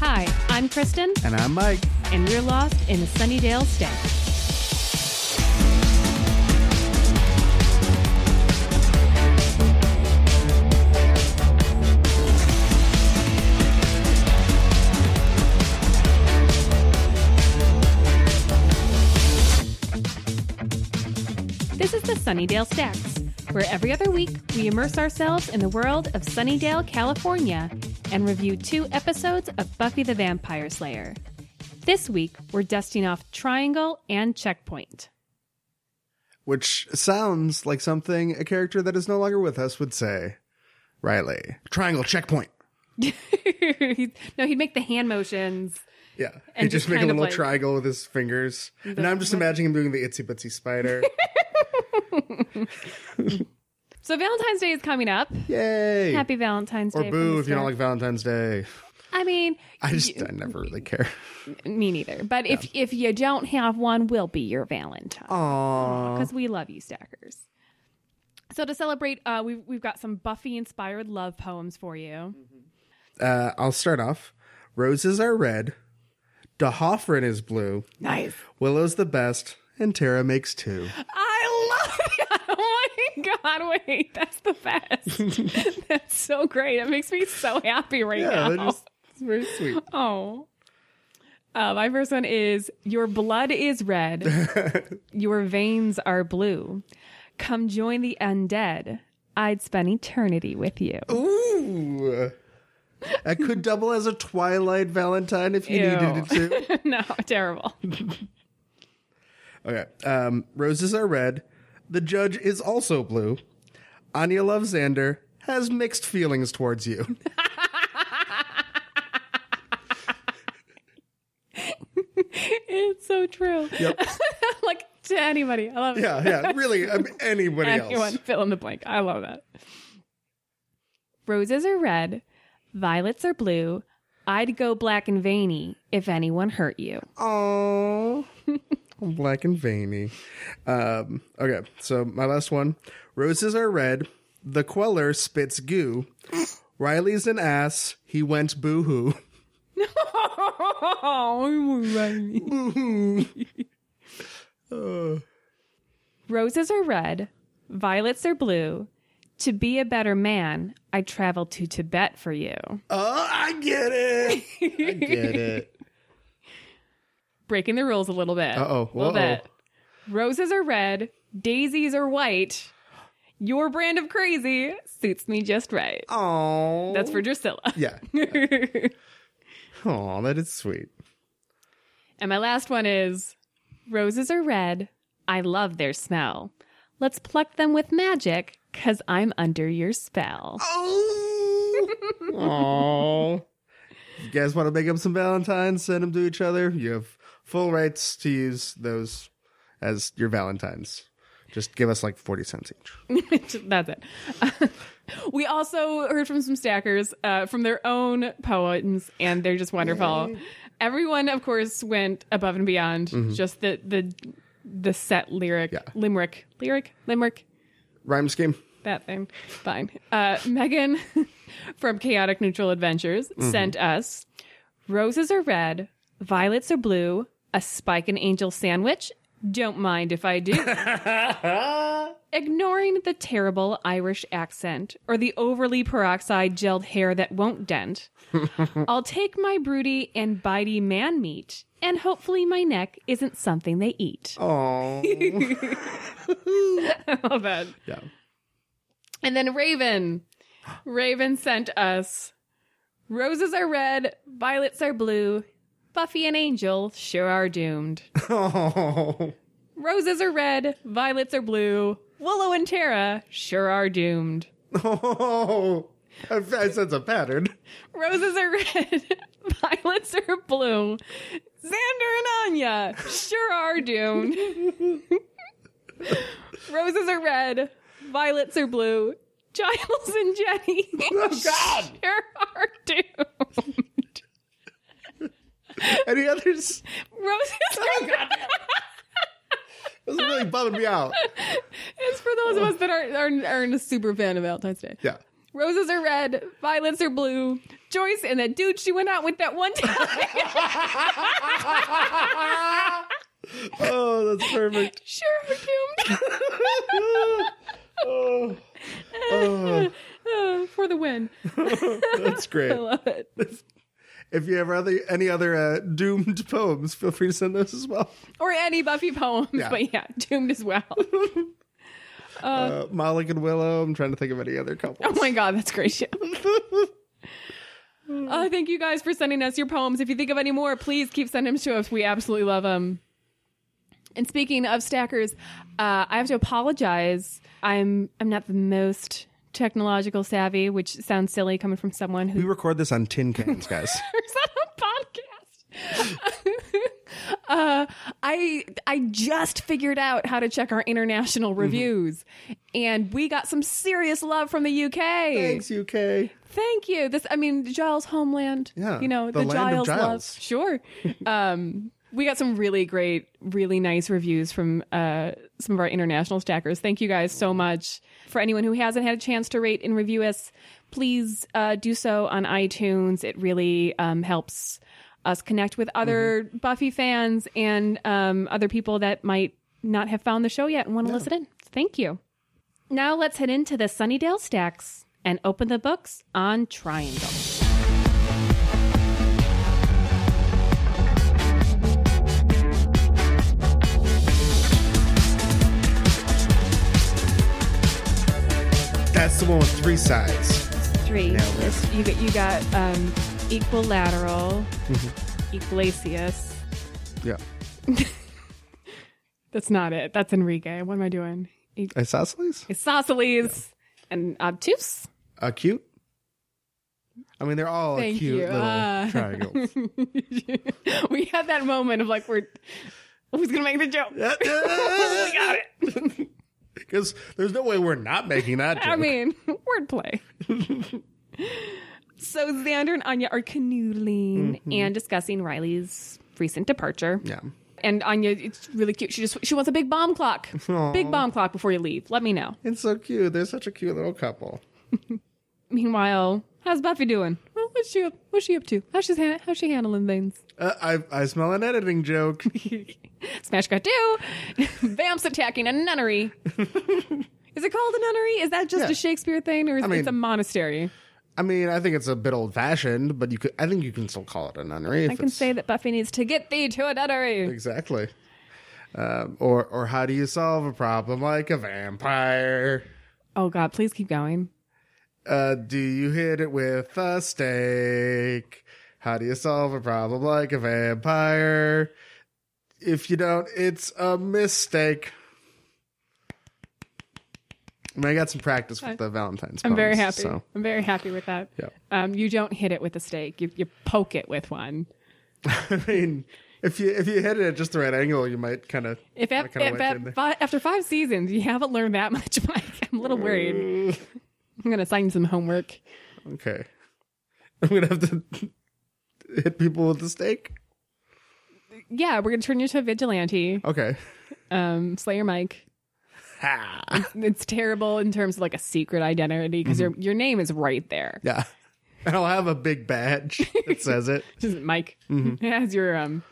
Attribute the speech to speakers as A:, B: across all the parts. A: Hi, I'm Kristen,
B: And I'm Mike.
A: and we're lost in Sunnydale State. This is the Sunnydale Stacks, where every other week we immerse ourselves in the world of Sunnydale, California, and review two episodes of Buffy the Vampire Slayer. This week we're dusting off Triangle and Checkpoint.
B: Which sounds like something a character that is no longer with us would say. Riley. Triangle checkpoint.
A: no, he'd make the hand motions.
B: Yeah.
A: And
B: He'd just,
A: just
B: make a
A: kind of
B: little
A: like-
B: triangle with his fingers. and I'm just imagining him doing the itsy bitsy spider.
A: So Valentine's Day is coming up.
B: Yay.
A: Happy Valentine's
B: or
A: Day. from
B: boo
A: the
B: if you don't
A: start.
B: like Valentine's Day.
A: I mean,
B: I just I never really care.
A: me neither. But if if you don't have one, we'll be your Valentine.
B: Aww.
A: because we love you, Stackers. So to celebrate, uh, we've we've got some Buffy-inspired love poems for you.
B: Uh, I'll start off. Roses are red. Dahoffrin is blue.
A: Nice.
B: Willow's the best. And Tara makes two.
A: I love it. Oh my god! Wait, that's the best. that's so great. It makes me so happy right
B: Yeah,
A: now.
B: they're just it's very sweet.
A: Oh. Uh, my first one is Your blood is red, your veins are blue. Come join the undead. I'd spend eternity with you.
B: Ooh. That could double as a Twilight Valentine if you
A: Ew.
B: needed it to.
A: no, terrible.
B: Okay. Um, roses are red. The judge is also blue. Anya loves Xander, has mixed feelings towards you.
A: it's so true.
B: Yep.
A: like to anybody. I love it.
B: Yeah, yeah. Really, um, anybody
A: Anyone,
B: else.
A: fill in the blank. I love that. Roses are red, violets are blue. I'd go black and veiny if anyone hurt you.
B: Aww. Black and veiny. Um, okay, so my last one. Roses are red. The queller spits goo. Riley's an ass. He went boo hoo.
A: Roses are red, violets are blue. To be a better man, I travel to Tibet for you.
B: Oh, I get it. I get it.
A: Breaking the rules a little bit.
B: Uh-oh,
A: A little
B: uh-oh.
A: bit. Roses are red, daisies are white. Your brand of crazy suits me just right.
B: Oh,
A: That's for Drusilla.
B: yeah. Oh, that is sweet.
A: And my last one is Roses are red. I love their smell. Let's pluck them with magic, cause I'm under your spell.
B: Oh, oh. You guys want to make up some Valentines? Send them to each other. You have full rights to use those as your Valentines. Just give us like forty cents each.
A: That's it. we also heard from some stackers uh, from their own poems, and they're just wonderful. Everyone, of course, went above and beyond just the the the set lyric,
B: Yeah.
A: limerick, lyric, limerick,
B: Rhyme scheme.
A: that thing. Fine. Uh, Megan from Chaotic Neutral Adventures sent us roses are red, violets are blue, a spike and angel sandwich. Don't mind if I do. Ignoring the terrible Irish accent or the overly peroxide gelled hair that won't dent, I'll take my broody and bitey man meat, and hopefully my neck isn't something they eat.
B: Oh,
A: I love that.
B: yeah.
A: And then Raven. Raven sent us Roses are red, violets are blue. Buffy and Angel sure are doomed.
B: Oh,
A: Roses are red, violets are blue. Willow and Tara sure are doomed.
B: oh. I I sense a pattern.
A: Roses are red, violets are blue. Xander and Anya sure are doomed. Roses are red, violets are blue. Giles and Jenny
B: Oh God!
A: sure are doomed.
B: Any others?
A: Roses are red.
B: This is really bumming me out.
A: It's for those of us that aren't, aren't, aren't a super fan of Valentine's Day.
B: Yeah.
A: Roses are red, violets are blue. Joyce and that dude she went out with that one time.
B: oh, that's perfect.
A: sure, Hume.
B: oh, oh,
A: Uh, for the win.
B: that's
A: I
B: great.
A: love it.
B: If you have other, any other uh, doomed poems, feel free to send those as well.
A: Or any Buffy poems,
B: Yeah.
A: but yeah, doomed as well.
B: Uh, Malik and Willow. I'm trying to think of any other couples.
A: Oh my god, that's great shit. Uh, thank you guys for sending us your poems. If you think of any more, please keep sending them to us. We absolutely love them. And speaking of stackers, uh, I have to apologize. I'm I'm not the most technological savvy, which sounds silly coming from someone who
B: We record this on tin cans, guys.
A: is that a podcast? uh, I I just figured out how to check our international reviews, and we got some serious love from the UK.
B: Thanks, UK.
A: Thank you. This, I mean, Giles' homeland.
B: Yeah,
A: you know
B: the
A: the,
B: land of
A: Giles, love.
B: Giles.
A: Sure. um, we got some really great, really nice reviews from uh, some of our international stackers. Thank you guys so much. For anyone who hasn't had a chance to rate and review us, please uh, do so on iTunes. It really um, helps us connect with other
B: Mm-hmm.
A: Buffy fans and um, other people that might not have found the show yet and want to listen in. Thank you. Now let's head into the Sunnydale stacks and open the books on Triangle.
B: That's the one with three sides.
A: Three.
B: Nailed it.
A: It's- You got you got um, equilateral, equalasius.
B: Yeah,
A: That's not it. That's Enrique. What am I doing? E-
B: isosceles.
A: Isosceles and obtuse.
B: Acute. Uh, I mean, they're all
A: Thank
B: cute
A: you.
B: little
A: Uh.
B: triangles.
A: we had that moment of like we're who's gonna make the joke? We got it.
B: Because there's no way we're not making that joke.
A: I mean, wordplay. so Xander and Anya are canoodling and discussing Riley's recent departure.
B: yeah.
A: And Anya, it's really cute. She just she wants a big bomb clock.
B: Aw.
A: Big bomb clock before you leave. Let me know.
B: It's so cute. They're such a cute little couple.
A: Meanwhile, how's Buffy doing? Well, what's she up? What's she up to? How's she han- how's she handling things?
B: Uh, I I smell an editing joke.
A: Smash got two. Vamps attacking a nunnery. Is it called a nunnery? Is that just
B: Yeah.
A: a Shakespeare thing, or is
B: I mean-
A: it's a monastery?
B: I mean, I think it's a bit old fashioned, but you could. I think you can still call it a nunnery.
A: I can say that Buffy needs to get thee to a nunnery.
B: exactly. Um, or or how do you solve a problem like a vampire?
A: Oh God, please keep going.
B: Uh, do you hit it with a stake? How do you solve a problem like a vampire? If you don't, it's a mistake. I mean, I got some practice with the Valentine's.
A: I'm very
B: poems,
A: happy.
B: So.
A: I'm very happy with that.
B: Yeah.
A: Um, you don't hit it with a stake. You you poke it with one.
B: I mean, if you if you hit it at just the right angle, you might kind of.
A: If,
B: I
A: at,
B: kinda
A: if
B: went in there.
A: at fi- after five seasons you haven't learned that much, Mike, I'm a little
B: Mm.
A: worried. I'm gonna assign you some homework.
B: Okay, I'm gonna have to hit people with the stake.
A: Yeah, we're gonna turn you into a vigilante.
B: Okay. Oh.
A: Um, Slayer Mike.
B: Ha.
A: It's terrible in terms of like a secret identity because
B: Mm-hmm.
A: your your name is right there.
B: Yeah, and I'll have a big badge that says it.
A: Just Mike
B: Mm-hmm.
A: It has your um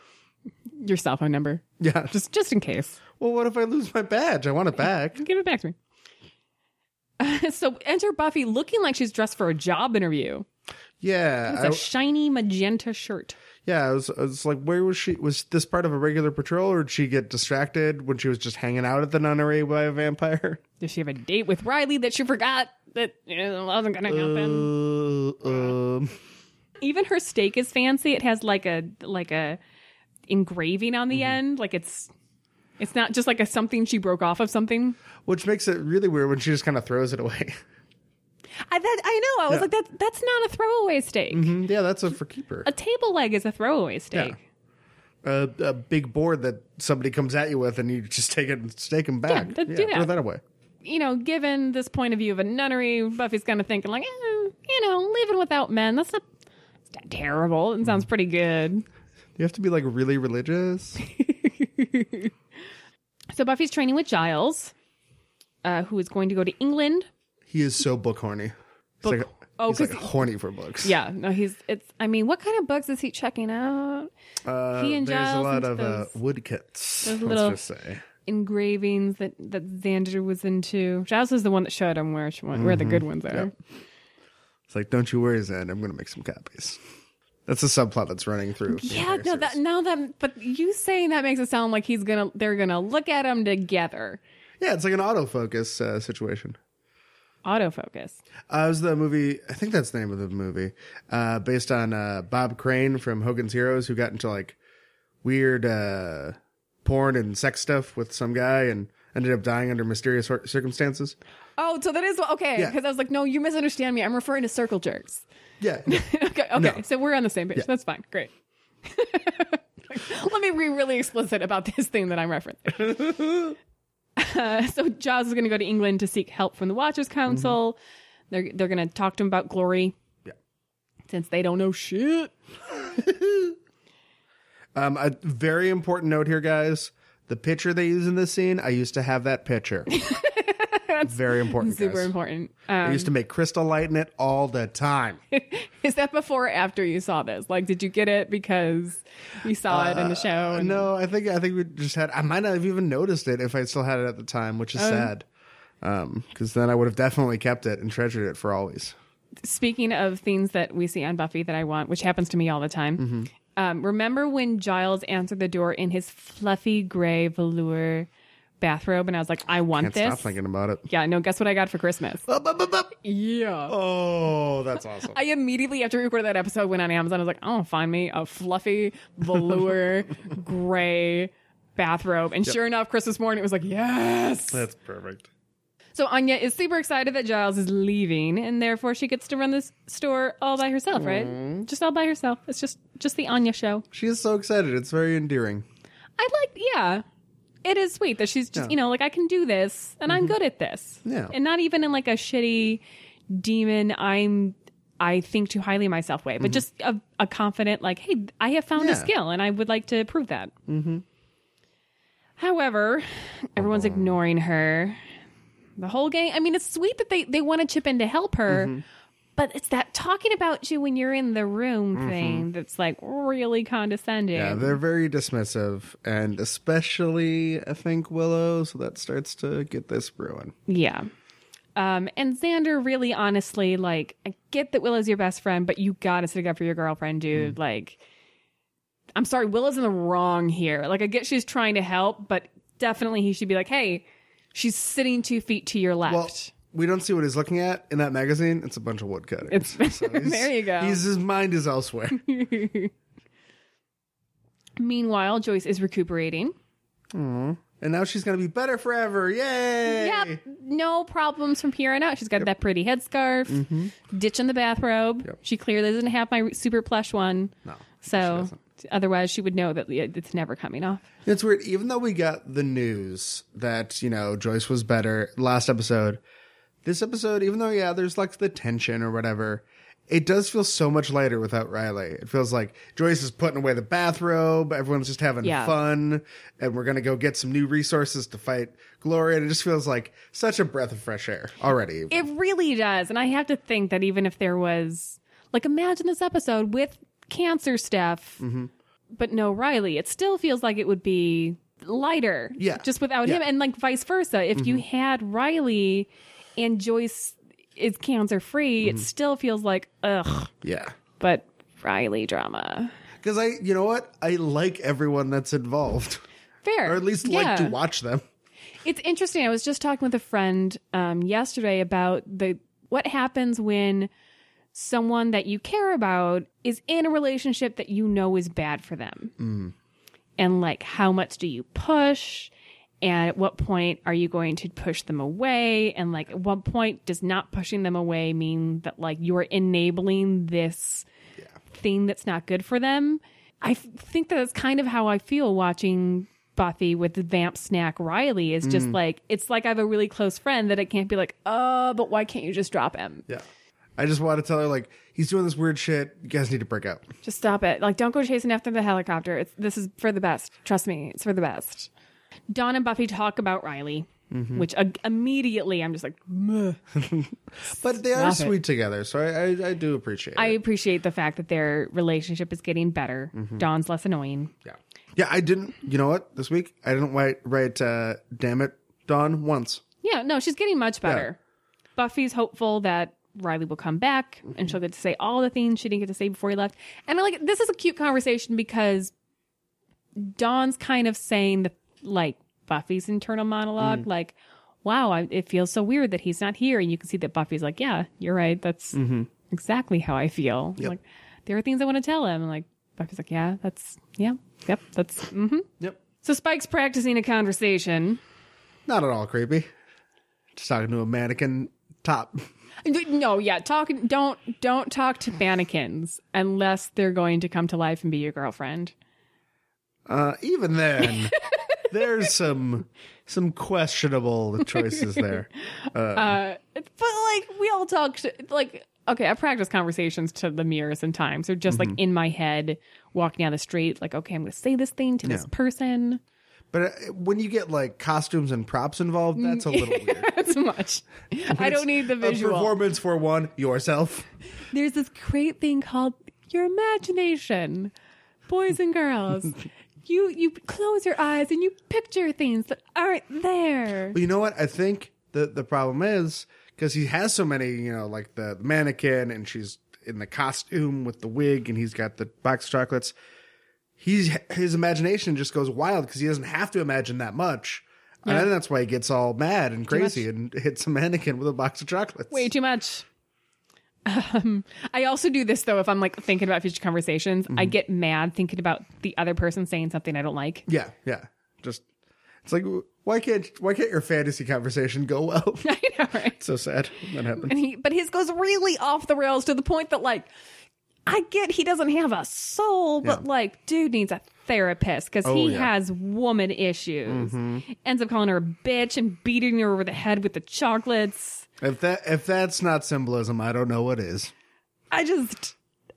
A: your cell phone number
B: Yeah, just
A: just just in case.
B: well, what if I lose my badge? I want it back.
A: Give it back to me. so enter Buffy looking like she's dressed for a job interview.
B: Yeah,
A: It's a
B: I,
A: shiny magenta shirt.
B: yeah. I was, I was like, where was she? Was this part of a regular patrol, or did she get distracted when she was just hanging out at the nunnery by a vampire?
A: Does she have a date with Riley that she forgot that it wasn't going to happen?
B: Uh, um,
A: Even her steak is fancy. It has like a like a engraving on the end. Like it's it's not just like a something she broke off of something.
B: which makes it really weird when she just kind of throws it away.
A: I that I know. I was
B: Yeah.
A: like that. That's not a throwaway steak.
B: Mm, yeah, that's a for keeper.
A: A table leg is a throwaway steak.
B: a, a big board that somebody comes at you with and you just take it and stake them back.
A: th- do that.
B: Throw that away.
A: You know, given this point of view of a nunnery, Buffy's kind of thinking like, eh, you know, living without men. That's not, it's not terrible. It sounds pretty good.
B: You have to be like really religious.
A: So Buffy's training with Giles, uh, who is going to go to England.
B: he is so book horny. It's
A: Book,
B: like,
A: Oh,
B: He's
A: because
B: like horny for books.
A: yeah, no, he's it's. I mean, what kind of books is he checking out?
B: Uh,
A: He and
B: there's a
A: Giles
B: lot
A: into
B: of uh,
A: those-
B: woodcuts.
A: those
B: Let's
A: little-
B: just say.
A: Engravings that that Xander was into. Giles is the one that showed him where she went, where the good ones are.
B: Mm-hmm. Yep. It's like, don't you worry, Zen. I'm going to make some copies. That's the subplot that's running through. the
A: Yeah,
B: entire
A: no, that
B: series.
A: now that but you saying that makes it sound like he's gonna they're gonna look at him together.
B: yeah, it's like an autofocus uh, situation.
A: Autofocus.
B: Uh, it was the movie. I think that's the name of the movie, uh, based on uh, Bob Crane from Hogan's Heroes, who got into like weird uh, porn and sex stuff with some guy and ended up dying under mysterious cir- circumstances.
A: Oh, so that is okay.
B: Yeah.
A: Because I was like, no, you misunderstand me. I'm referring to circle jerks.
B: Yeah,
A: okay, okay.
B: No.
A: So we're on the same page. That's fine. Great. Let me be really explicit about this thing that I'm referencing. Uh, so Giles is going to go to England to seek help from the Watchers Council. They're they're going to talk to him about glory.
B: Mm-hmm. Yeah.
A: Since they don't know shit.
B: Um, a very important note here, guys. The picture they use in this scene, I used to have that picture. very important,
A: Super
B: guys.
A: important.
B: I
A: Um,
B: used to make crystal light in it all the time.
A: is that before or after you saw this? Like, did you get it because you saw it
B: Uh,
A: in the show? and-
B: no, I think I think we just had. I might not have even noticed it if I still had it at the time, which is sad. Um, because then I would have definitely kept it and treasured it for always.
A: speaking of things that we see on Buffy that I want, which happens to me all the time. Um, remember when Giles answered the door in his fluffy gray velour bathrobe, and I was like, I want
B: Can't stop
A: this.
B: thinking about it.
A: yeah, no, guess what I got for Christmas?
B: Bup, bup, bup, bup.
A: Yeah.
B: Oh, that's awesome.
A: I immediately after we recorded that episode went on Amazon. I was like, I want to find me a fluffy velour gray bathrobe, and sure enough, Christmas morning it was like, yes.
B: that's perfect.
A: So Anya is super excited that Giles is leaving, and therefore she gets to run this store all by herself, right? Just all by herself. It's just just the Anya show.
B: She is so excited. It's very endearing.
A: I like, yeah, it is sweet that she's just
B: Yeah. Mm-hmm.
A: you know like I can do this, and I'm good at this,
B: Yeah.
A: and not even in like a shitty demon. I'm I think too highly of myself way, but just a, a confident like, hey, I have found
B: Mm-hmm. Yeah.
A: a skill, and I would like to prove that. Mm-hmm. However, everyone's
B: Oh,
A: ignoring her. the whole gang. I mean, it's sweet that they they want to chip in to help her,
B: Mm-hmm.
A: but it's that talking about you when you're in the room thing that's like really condescending.
B: Mm-hmm. Yeah, they're very dismissive, and especially I think Willow. So that starts to get this brewing.
A: Yeah. Um, and Xander really honestly, like, I get that Willow's your best friend, but you gotta stick up for your girlfriend, dude.
B: Mm.
A: Like, I'm sorry, Willow's in the wrong here. Like, I get she's trying to help, but definitely he should be like, hey, she's sitting two feet to your left.
B: Well, we don't see what he's looking at in that magazine. It's a bunch of woodcutting.
A: It's- there you go.
B: He's, his mind is elsewhere.
A: Meanwhile, Joyce is recuperating.
B: and now she's gonna be better forever. Yay!
A: Yep, no problems from here on out. She's got that pretty headscarf,
B: Mm-hmm.
A: ditching the bathrobe. She clearly doesn't have my super plush one.
B: No,
A: So otherwise, she would know that it's never coming off.
B: it's weird. Even though we got the news that you know Joyce was better last episode, this episode, even though yeah, there's like the tension or whatever. It does feel so much lighter without Riley. It feels like Joyce is putting away the bathrobe. Everyone's just having
A: Yeah.
B: fun, and we're gonna go get some new resources to fight Gloria. And it just feels like such a breath of fresh air already.
A: It really does. And I have to think that even if there was, like, imagine this episode with cancer stuff,
B: Mm-hmm.
A: but no Riley, it still feels like it would be lighter.
B: Yeah.
A: Just without him.
B: Yeah. Mm-hmm.
A: And, like, vice versa. If you had Riley and Joyce is cancer free,
B: Mm-hmm.
A: it still feels like, ugh,
B: yeah.
A: but Riley drama.
B: Because I, you know what? I like everyone that's involved,
A: Fair.
B: or at least like to watch them.
A: It's interesting. I was just talking with a friend um, yesterday about the what happens when someone that you care about is in a relationship that you know is bad for them, and like how much do you push, and at what point are you going to push them away, and like at what point does not pushing them away mean that like you're enabling this thing that's not good for them. I f- think that's kind of how I feel watching Buffy with the vamp snack Riley is just like it's like I have a really close friend that it can't be like, "Oh, but why can't you just drop him?
B: Yeah. I just want to tell her like he's doing this weird shit. You guys need to break up.
A: Just stop it. Like don't go chasing after the helicopter. It's this is for the best. Trust me. It's for the best." Dawn and Buffy talk about Riley. which uh, immediately I'm just like, "Meh."
B: But they
A: Stop
B: are
A: it.
B: sweet together, so I, I I do appreciate
A: I
B: it.
A: appreciate the fact that their relationship is getting better. Dawn's less annoying.
B: Yeah. Yeah, I didn't you know what? This week I didn't write write uh damn it Dawn once.
A: Yeah, no, she's getting much better. Buffy's hopeful that Riley will come back and she'll get to say all the things she didn't get to say before he left. And I like this is a cute conversation because Dawn's kind of saying the like Buffy's internal monologue, like, "Wow, I, it feels so weird that he's not here." And you can see that Buffy's like, "Yeah, you're right. That's exactly how I feel." Like, there are things I want to tell him, and like Buffy's like, "Yeah, that's yeah, yep, that's." Mm-hmm.
B: Yep.
A: So Spike's practicing a conversation.
B: Not at all creepy. Just talking to a mannequin top.
A: No, yeah, talk. Don't don't talk to mannequins unless they're going to come to life and be your girlfriend.
B: Uh even then there's some some questionable choices there.
A: Uh, but like we all talk to, like okay, I practice conversations to the mirror sometimes, or just
B: Mm-hmm.
A: like in my head walking down the street, like okay, I'm going to say this thing to this
B: Yeah.
A: person.
B: But uh, when you get like costumes and props involved, that's a little weird.
A: That's much. Mm. I don't need the
B: A
A: visual.
B: performance for one yourself.
A: There's this great thing called your imagination, boys and girls. You you close your eyes and you picture things that aren't there.
B: But you know what? I think the the problem is because he has so many, you know, like the mannequin and she's in the costume with the wig and he's got the box of chocolates. He's his imagination just goes wild because he doesn't have to imagine that much. And I think that's why he gets all mad and crazy and hits a mannequin with a box of chocolates.
A: Way too much. Um, I also do this though. If I'm like thinking about future conversations, I get mad thinking about the other person saying something I don't like.
B: Yeah, yeah. Just it's like why can't why can't your fantasy conversation go well?
A: I know, right?
B: so sad when that happens.
A: And he, but his goes really off the rails to the point that like, I get he doesn't have a soul, but
B: Yeah. Oh,
A: like, dude needs a therapist because he
B: yeah. Mm-hmm.
A: has woman issues. Ends up calling her a bitch and beating her over the head with the chocolates.
B: If that if that's not symbolism, I don't know what is.
A: I just,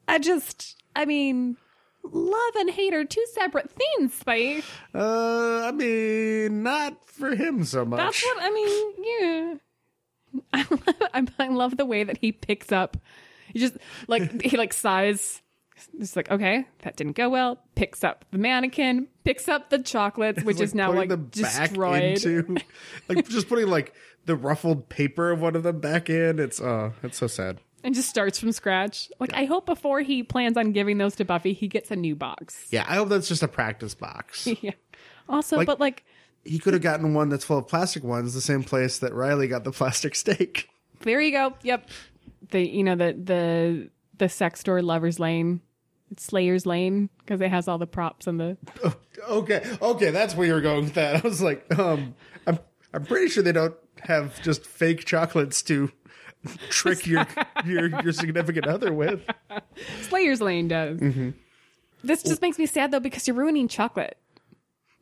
A: I just, I mean, love and hate are two separate things, Spike.
B: Uh, I mean, not for him so much.
A: That's what I mean. Yeah, I love, I, I love the way that he picks up. He just like he like sighs. It's like okay, that didn't go well. Picks up the mannequin, picks up the chocolates, which
B: Like,
A: is now
B: putting
A: like
B: them back
A: destroyed.
B: into, like just putting like the ruffled paper of one of them back in. It's uh, it's so sad.
A: and just starts from scratch. Like I hope before he plans on giving those to Buffy, he gets a new box.
B: Yeah, I hope that's just a practice box.
A: Yeah. Also,
B: Like-
A: but like
B: he could have gotten one that's full of plastic ones, the same place that Riley got the plastic steak.
A: There you go. Yep. The you know the the the sex store lovers lane, it's Slayer's Lane because it has all the props and the
B: Okay, okay, that's where you're going with that. I was like, um, I'm I'm pretty sure they don't have just fake chocolates to trick your your your significant other with.
A: Slayer's Lane does.
B: Mm-hmm.
A: This just makes me sad though because you're ruining chocolate.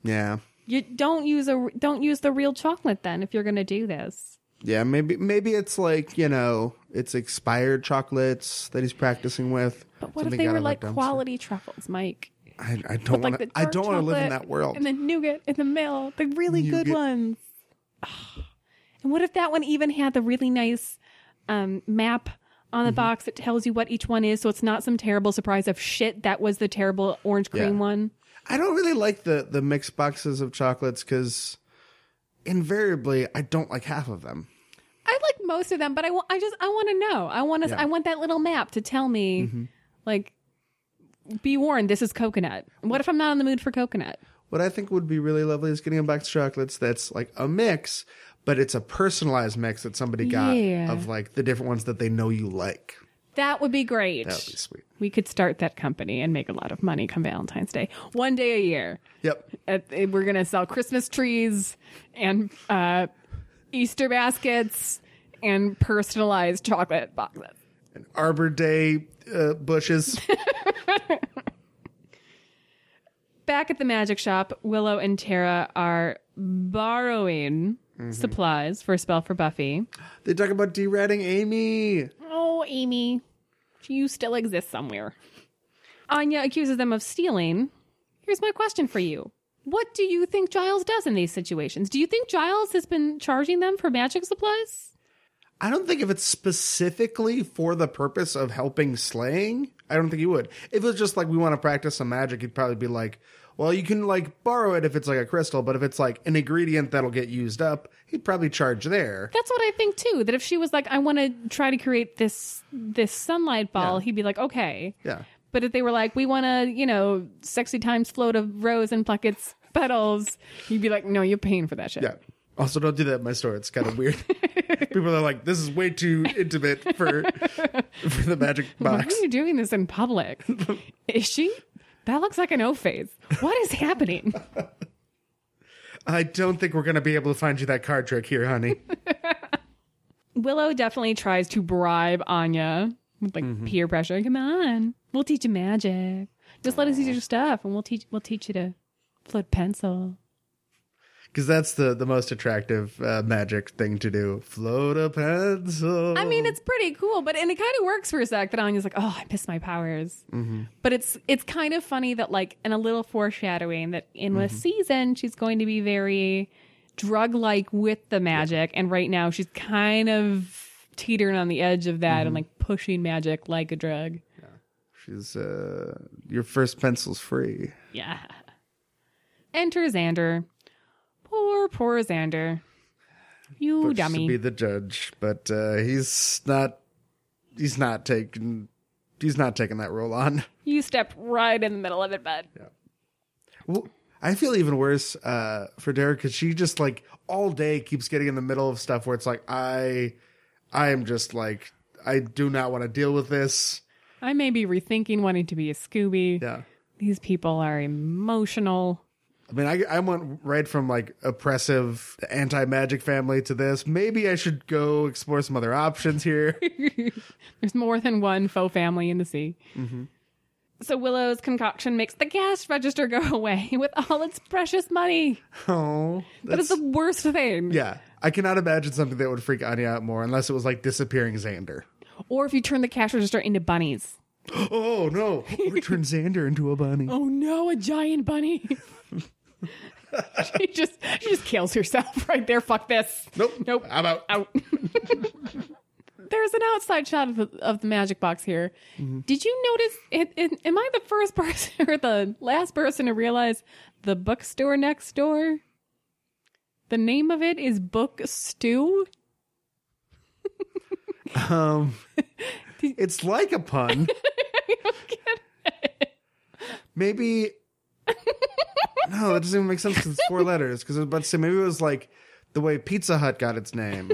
B: Yeah.
A: You don't use a don't use the real chocolate then if you're gonna do this.
B: Yeah, maybe maybe it's like you know it's expired chocolates that he's practicing with.
A: But what
B: Something
A: if they
B: got
A: were
B: him
A: like
B: dumb
A: quality truffles, Mike?
B: stuff. I, I
A: Like
B: don't want
A: the
B: to. I
A: dark
B: don't want to live in
A: chocolate
B: that world.
A: And the nougat and the milk, the really good
B: Nougat.
A: ones. Ah. And what if that one even had the really nice um, map on
B: Mm-hmm.
A: the box that tells you what each one is, so it's not some terrible surprise of shit that was the terrible orange cream
B: Yeah.
A: one.
B: I don't really like the the mixed boxes of chocolates because invariably I don't like half of them.
A: I like most of them, but I wa- I just I want to know. I want to
B: Yeah. Mm-hmm.
A: I want that little map to tell me, like, be warned, this is coconut. What if I'm not in the mood for coconut?
B: What I think would be really lovely is getting a box of chocolates that's like a mix, but it's a personalized mix that somebody got
A: Yeah.
B: of like the different ones that they know you like.
A: That would be great.
B: That would be sweet.
A: we could start that company and make a lot of money come Valentine's Day. One day a year,
B: Yep.
A: At- eh, we're going to sell Christmas trees and uh, Easter baskets and personalized chocolate boxes.
B: Arbor Day uh, bushes.
A: Back at the magic shop, Willow and Tara are borrowing supplies for a spell for Buffy.
B: they talk about de-ratting Amy.
A: Oh, Amy, you still exist somewhere. Anya accuses them of stealing. Here's my question for you What do you think Giles does in these situations? Do you think Giles has been charging them for magic supplies?
B: I don't think if it's specifically for the purpose of helping slaying, I don't think he would. If it was just like we want to practice some magic, he'd probably be like, "Well, you can like borrow it if it's like a crystal, but if it's like an ingredient that'll get used up, he'd probably charge there."
A: That's what I think too. That if she was like, I want to try to create this this sunlight ball, he'd be like, okay.
B: Yeah.
A: But if they were like, we want to, you know, sexy times float a rose and pluck its petals, you'd be like, no, you're paying for that shit.
B: Yeah. Also, don't do that at my store. It's kind of weird. People are like, "This is way too intimate for for the magic
A: Why
B: box."
A: are you doing this in public? Is she? That looks like an O face. What is happening?
B: I don't think we're gonna be able to find you that card trick here, honey.
A: Willow definitely tries to bribe Anya with like peer pressure. Come on, we'll teach you magic. Just let us use your stuff, and we'll teach we'll teach you to float a pencil.
B: Because that's the the most attractive uh, magic thing to do. Float a pencil.
A: I mean, it's pretty cool, but and it kind of works for a sec that Anya's like, "Oh, I miss my powers."
B: Mm-hmm.
A: But it's it's kind of funny that like, and a little foreshadowing that in
B: Mm-hmm.
A: a season she's going to be very drug like with the magic, and right now she's kind of teetering on the edge of
B: Mm-hmm.
A: that and like pushing magic like a drug.
B: She's uh, your first pencil's free.
A: Yeah. Enter Xander. Poor, poor Xander. You
B: Which
A: dummy.
B: should be the judge, but uh, he's not. He's not taking. He's not taking that role on.
A: you stepped right in the middle of it, bud.
B: Well, I feel even worse uh, for Derek because she just like all day keeps getting in the middle of stuff where it's like I, I am just like I do not want to deal with this.
A: I may be rethinking wanting to be a Scooby.
B: Yeah.
A: These people are emotional.
B: I mean, I, I went right from like oppressive anti magic family to this. Maybe I should go explore some other options here.
A: There's more than one faux family in the sea. So Willow's concoction makes the cash register go away with all its precious money.
B: oh,
A: That is
B: that's-
A: the worst thing.
B: yeah. I cannot imagine something that would freak Anya out more unless it was like disappearing Xander.
A: Or if you turn the cash register into bunnies.
B: Oh no! Or turn Xander into a bunny.
A: oh no, a giant bunny. she just she just kills herself right there. Fuck this.
B: Nope.
A: Nope.
B: I'm out.
A: Out. There's an outside shot of the, of the magic box here.
B: Mm-hmm.
A: Did you notice? It, it, am I the first person or the last person to realize the bookstore next door? The name of it is Book Stew.
B: Um, it's like a pun. maybe. No, that doesn't even make sense because it's four letters. Because I was about to say maybe it was like the way Pizza Hut got its name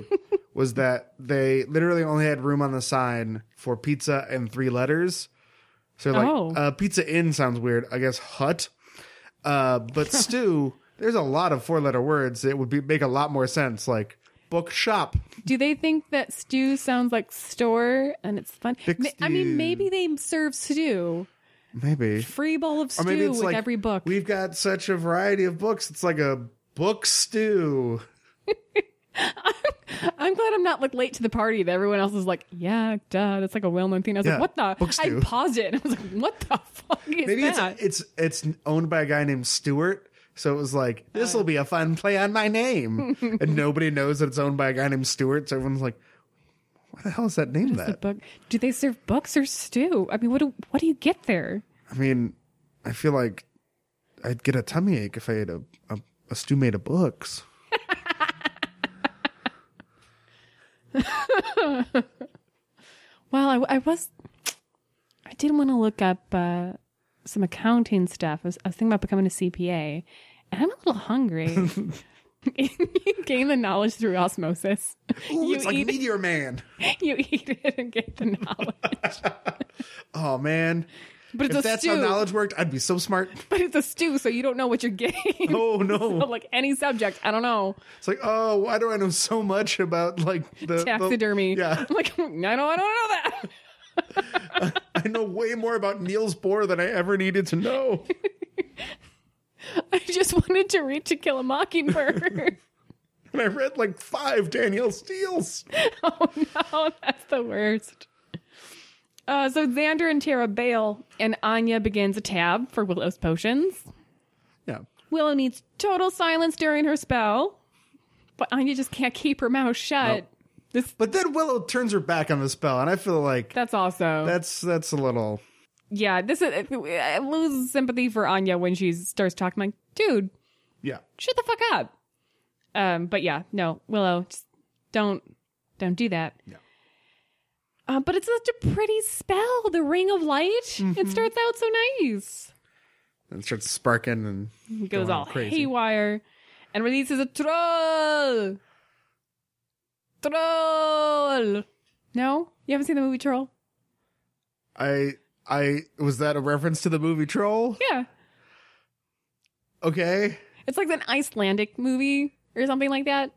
B: was that they literally only had room on the sign for pizza and three letters. So like,
A: Oh.
B: uh, Pizza Inn sounds weird. I guess Hut, uh, but stew. There's a lot of four letter words. It would be make a lot more sense. Like book shop.
A: Do they think that stew sounds like store and it's fun?
B: Big
A: Ma- I mean,
B: stew.
A: maybe they serve stew,
B: Maybe
A: free bowl of stew with every book.
B: We've got such a variety of books. It's like a book stew.
A: I'm glad I'm not like late to the party that everyone else is like, yeah, duh, that's like a well known thing. I was
B: Yeah,
A: like, what the?
B: books
A: I
B: do.
A: paused it and I was like, what the fuck is
B: Maybe it's
A: that?
B: it's it's owned by a guy named Stewart. So it was like this
A: Uh.
B: will be a fun play on my name, and nobody knows that it's owned by a guy named Stewart. So everyone's like, "Why the hell is that named
A: The
B: that?"
A: book. Do they serve books or stew? I mean, what do what do you get there?
B: I mean, I feel like I'd get a tummy ache if I ate a a, a stew made of books.
A: Well, I, I was, I did want to look up uh, some accounting stuff. I was, I was thinking about becoming a CPA, and I'm a little hungry. you gain the knowledge through osmosis.
B: Ooh,
A: you
B: it's like
A: eat,
B: Meteor Man.
A: you eat it and get the knowledge.
B: Oh man,
A: But it's
B: if
A: a
B: that's
A: stew.
B: how knowledge worked, I'd be so smart.
A: but it's a stew, so you don't know what you're getting.
B: Oh no.
A: But, like any subject, I don't know.
B: It's like, oh, why do I know so much about like the the-
A: Taxidermy.
B: yeah,
A: I'm like, I don't, I don't know that.
B: I know way more about Niels Bohr than I ever needed to know.
A: I just wanted to read To Kill a Mockingbird.
B: and I read like five Danielle Steels.
A: oh no, that's the worst. Uh, so Xander and Tara bail, and Anya begins a tab for Willow's potions.
B: Yeah,
A: Willow needs total silence during her spell, but Anya just can't keep her mouth shut.
B: Nope. But then Willow turns her back on the spell, and I feel like
A: That's also
B: that's that's a little.
A: yeah. This is I lose sympathy for Anya when she starts talking like, dude,
B: Yeah.
A: shut the fuck up. Um, but yeah, no, Willow, just don't don't do that.
B: No.
A: Uh, but it's such a pretty spell, the Ring of Light.
B: Mm-hmm.
A: It starts out so nice.
B: And it starts sparking and
A: It goes
B: Going
A: all
B: crazy.
A: haywire and releases a troll. Troll. No, you haven't seen the movie Troll.
B: I I was that a reference to the movie Troll?
A: Yeah,
B: Okay.
A: it's like an Icelandic movie or something like that.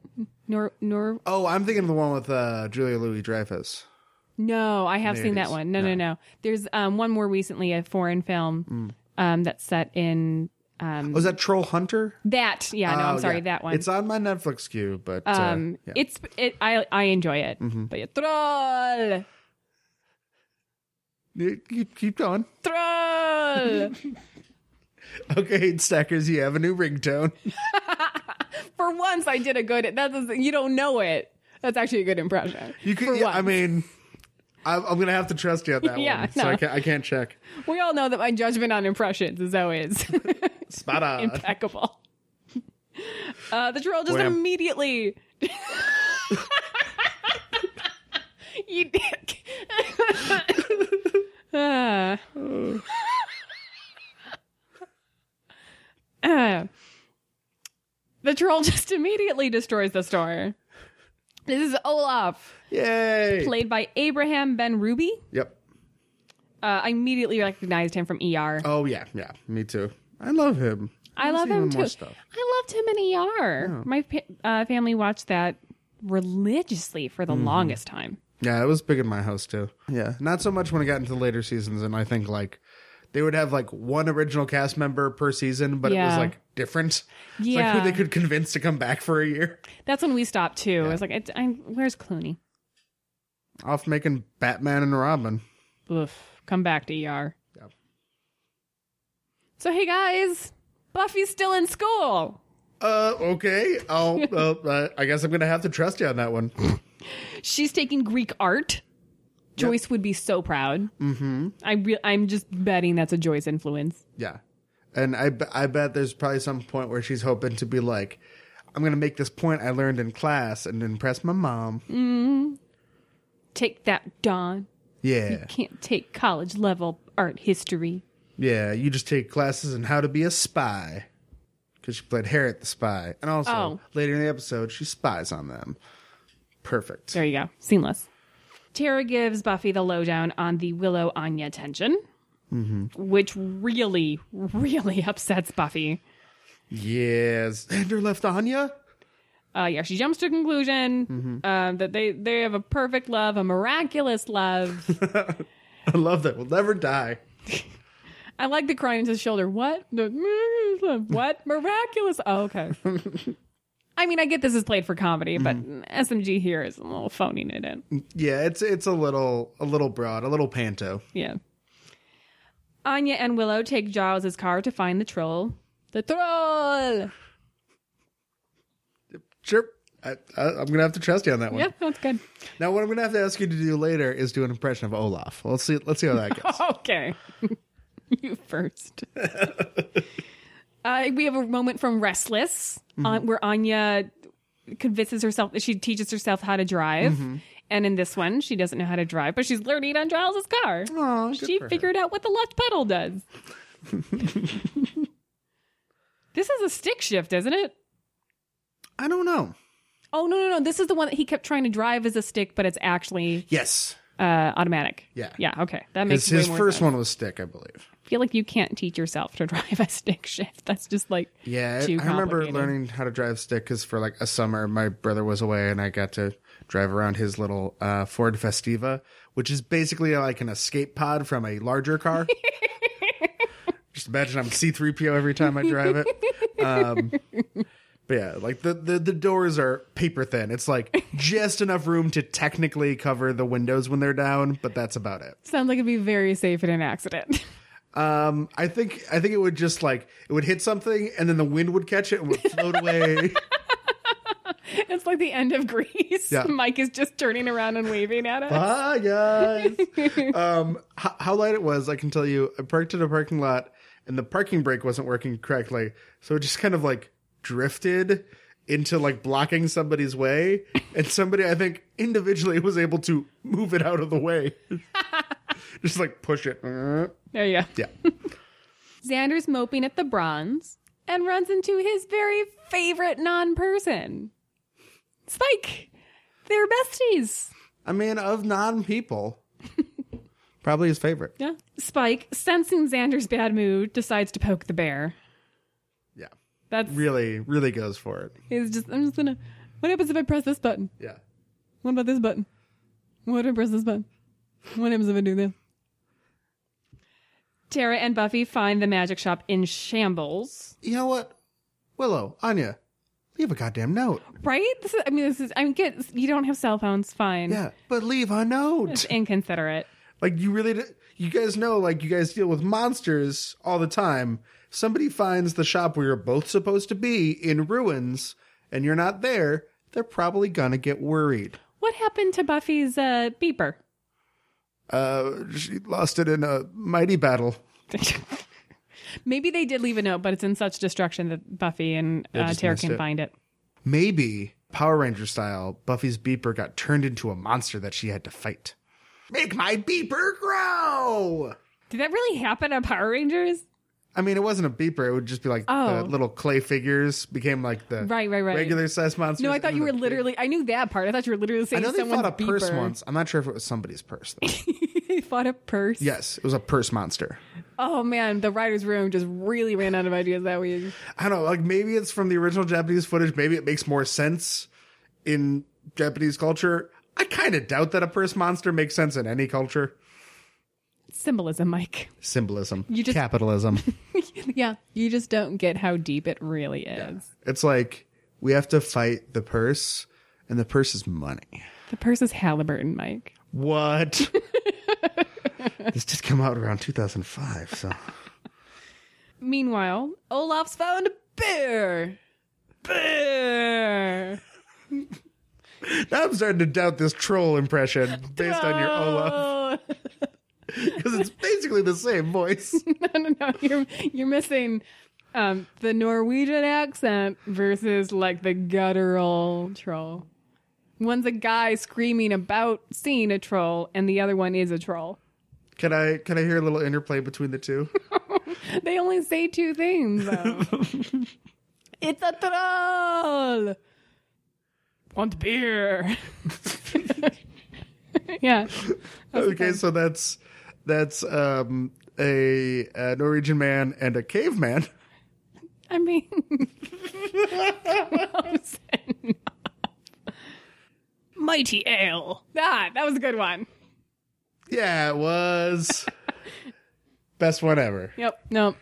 A: Nor, nor,
B: Oh, I'm thinking of the one with uh, Julia Louis Dreyfus.
A: no, I have
B: There
A: seen
B: it
A: that
B: is.
A: one. No, no, no. There's um one more recently, a foreign film
B: Mm.
A: um that's set in um
B: Was that Troll Hunter?
A: that. Yeah, no, I'm
B: Oh,
A: sorry,
B: yeah.
A: that one.
B: It's on my Netflix queue, but uh,
A: um,
B: yeah. Mm-hmm.
A: it's it. I I enjoy it, but yeah, troll.
B: You- keep keep going.
A: Troll
B: Okay, Stackers, you have a new ringtone.
A: For once, I did a good. That's a, you don't know it. That's actually a good impression.
B: You
A: For
B: could. Yeah, I
A: once.
B: mean, I'm, I'm gonna have to trust you on that
A: Yeah,
B: one. So I
A: no.
B: can't. I can't check.
A: we all know that my judgment on impressions is always
B: Spot on.
A: impeccable. Uh, the troll just
B: Wham.
A: immediately. you dick. Ah. Ah. the troll just immediately destroys the store. This is Olaf,
B: Yay!
A: played by Abraham Ben Ruby.
B: Yep.
A: Uh, I immediately recognized him from ER.
B: Oh yeah, yeah. Me too. I love him.
A: I love
B: see
A: him
B: more
A: too.
B: stuff.
A: I loved him in ER. My pa- uh, family watched that religiously for the
B: Mm-hmm.
A: longest time.
B: Yeah, it was big in my house too. Yeah, not so much when it got into later seasons, and I think like they would have like one original cast member per season, but it
A: Yeah.
B: was like different. It's
A: Yeah.
B: like who they could convince to come back for a year.
A: That's when we stopped too. I was like, I, I'm, "Where's Clooney?
B: Off making Batman and Robin.
A: Oof, come back to ER."
B: Yep.
A: So hey guys, Buffy's still in school.
B: Uh, okay. I'll. uh, uh, I guess I'm gonna have to trust you on that one.
A: She's taking Greek art. Joyce would be so proud. Mm-hmm. I re- I'm just betting that's a Joyce influence.
B: Yeah. And I, be- I bet there's probably some point where she's hoping to be like, I'm going to make this point I learned in class and impress my mom.
A: Take that, Dawn.
B: Yeah.
A: Can't take college level art history.
B: Yeah. You just take classes in how to be a spy. Because she played Harriet the spy. And also,
A: Oh.
B: later in the episode, she spies on them. Perfect.
A: There you go. Seamless. Tara gives Buffy the lowdown on the Willow Anya tension, which really, really upsets Buffy.
B: Yes. Xander left Anya?
A: Uh, yeah, she jumps to a conclusion uh, that they, they have a perfect love, a miraculous love.
B: I love that. We'll never die.
A: I like the crying into his shoulder. What? The miraculous love. What? Miraculous. Oh, okay. I mean, I get this is played for comedy, but SMG here is a little phoning it in.
B: Yeah, it's it's a little a little broad, a little panto.
A: Yeah. Anya and Willow take Giles's car to find the troll. The troll.
B: Sure, I, I, I'm gonna have to trust you on that one.
A: Yeah, that's good.
B: Now, what I'm going to have to ask you to do later is do an impression of Olaf. Let's see. Let's see how that goes.
A: Okay. you first. uh, we have a moment from Restless
B: Mm-hmm.
A: uh, where Anya convinces herself she teaches herself how to drive.
B: Mm-hmm.
A: And in this one, she doesn't know how to drive, but she's learning on Giles's car.
B: Aw, Oh, good
A: she
B: for her.
A: figured out what the left pedal does. this is a stick shift, isn't it?
B: I don't know.
A: Oh no no no! This is the one that he kept trying to drive as a stick, but it's actually
B: Yes,
A: uh, automatic.
B: Yeah.
A: yeah. Okay, that makes
B: his, his
A: way more
B: first
A: sense.
B: one was stick, I believe.
A: I feel like you can't teach yourself to drive a stick shift. That's just like
B: Yeah, I,
A: Too
B: I remember
A: complicated.
B: learning how to drive stick because for like a summer, my brother was away and I got to drive around his little uh, Ford Festiva, which is basically uh, like an escape pod from a larger car. Just imagine I'm C3PO every time I drive it. Um, but yeah, like the, the, the doors are paper thin. It's like just enough room to technically cover the windows when they're down, but that's about it.
A: sounds like it'd be very safe in an accident.
B: Um, I think I think it would just like it would hit something, and then the wind would catch it and would float away.
A: It's like the end of Greece.
B: Yeah.
A: Mike is just turning around and waving at us.
B: Bye guys. Ah, um, h- how light it was, I can tell you. I parked in a parking lot, and the parking brake wasn't working correctly, so it just kind of like drifted into like blocking somebody's way, and somebody I think individually was able to move it out of the way, just like push it. Mm-hmm.
A: There you go.
B: Yeah.
A: Xander's moping at the bronze and runs into his very favorite non person, Spike. They're besties.
B: I mean, of non people, probably his favorite.
A: Yeah. Spike, sensing Xander's bad mood, decides to poke the bear.
B: Yeah.
A: That's
B: Really, really goes for it.
A: he's just I'm just gonna what happens if I press this button?
B: Yeah.
A: What about this button? What if I press this button? What happens if I do this? Tara and Buffy find the magic shop in shambles.
B: You know what? Willow, Anya, leave a goddamn note.
A: Right? This is, I mean, this is, I am get, you don't have cell phones, fine.
B: Yeah, but leave a
A: It's
B: note.
A: inconsiderate.
B: Like you really, d- you guys know, like you guys deal with monsters all the time. Somebody finds the shop where you're both supposed to be in ruins, and you're not there. They're probably gonna get worried.
A: What happened to Buffy's uh, beeper?
B: Uh, she lost it in a mighty battle.
A: Maybe they did leave a note, but it's in such destruction that Buffy and uh,
B: just
A: Tara
B: missed
A: can
B: it.
A: find it.
B: Maybe Power Ranger style, Buffy's beeper got turned into a monster that she had to fight. Make my beeper grow.
A: Did that really happen on Power Rangers?
B: I mean, it wasn't a beeper. It would just be like
A: Oh.
B: the little clay figures became like the
A: Right, right, right.
B: regular size monsters.
A: No, I thought
B: and
A: you were
B: then the big-
A: literally. I knew that part. I thought you were literally
B: I
A: saying
B: know they
A: someone's
B: fought a purse
A: beeper.
B: once. I'm not sure if it was somebody's purse. Though.
A: they fought a purse.
B: yes, it was a purse monster.
A: Oh man, the writers' room just really ran out of ideas that week.
B: I don't know. Like maybe it's from the original Japanese footage. Maybe it makes more sense in Japanese culture. I kind of doubt that a purse monster makes sense in any culture.
A: Symbolism, Mike.
B: Symbolism,
A: You just-
B: capitalism.
A: yeah, you just don't get how deep it really is.
B: it's like we have to fight the purse, and the purse is money.
A: The purse is Halliburton, Mike.
B: What? this did come out around 2005, so
A: Meanwhile, Olaf's found a bear. Bear.
B: now I'm starting to doubt this troll impression based on your Olaf because it's basically the same voice.
A: no, no, no. You're you're missing um, the Norwegian accent versus like the guttural troll. One's a guy screaming about seeing a troll, and the other one is a troll.
B: Can I can I hear a little interplay between the two?
A: They only say two things. Though. it's a troll. Want beer? yeah.
B: okay, so that's that's um, a, a Norwegian man and a caveman.
A: I mean, close enough. Mighty Ale. Ah, that was a good one.
B: Yeah, it was best one ever.
A: Yep. No.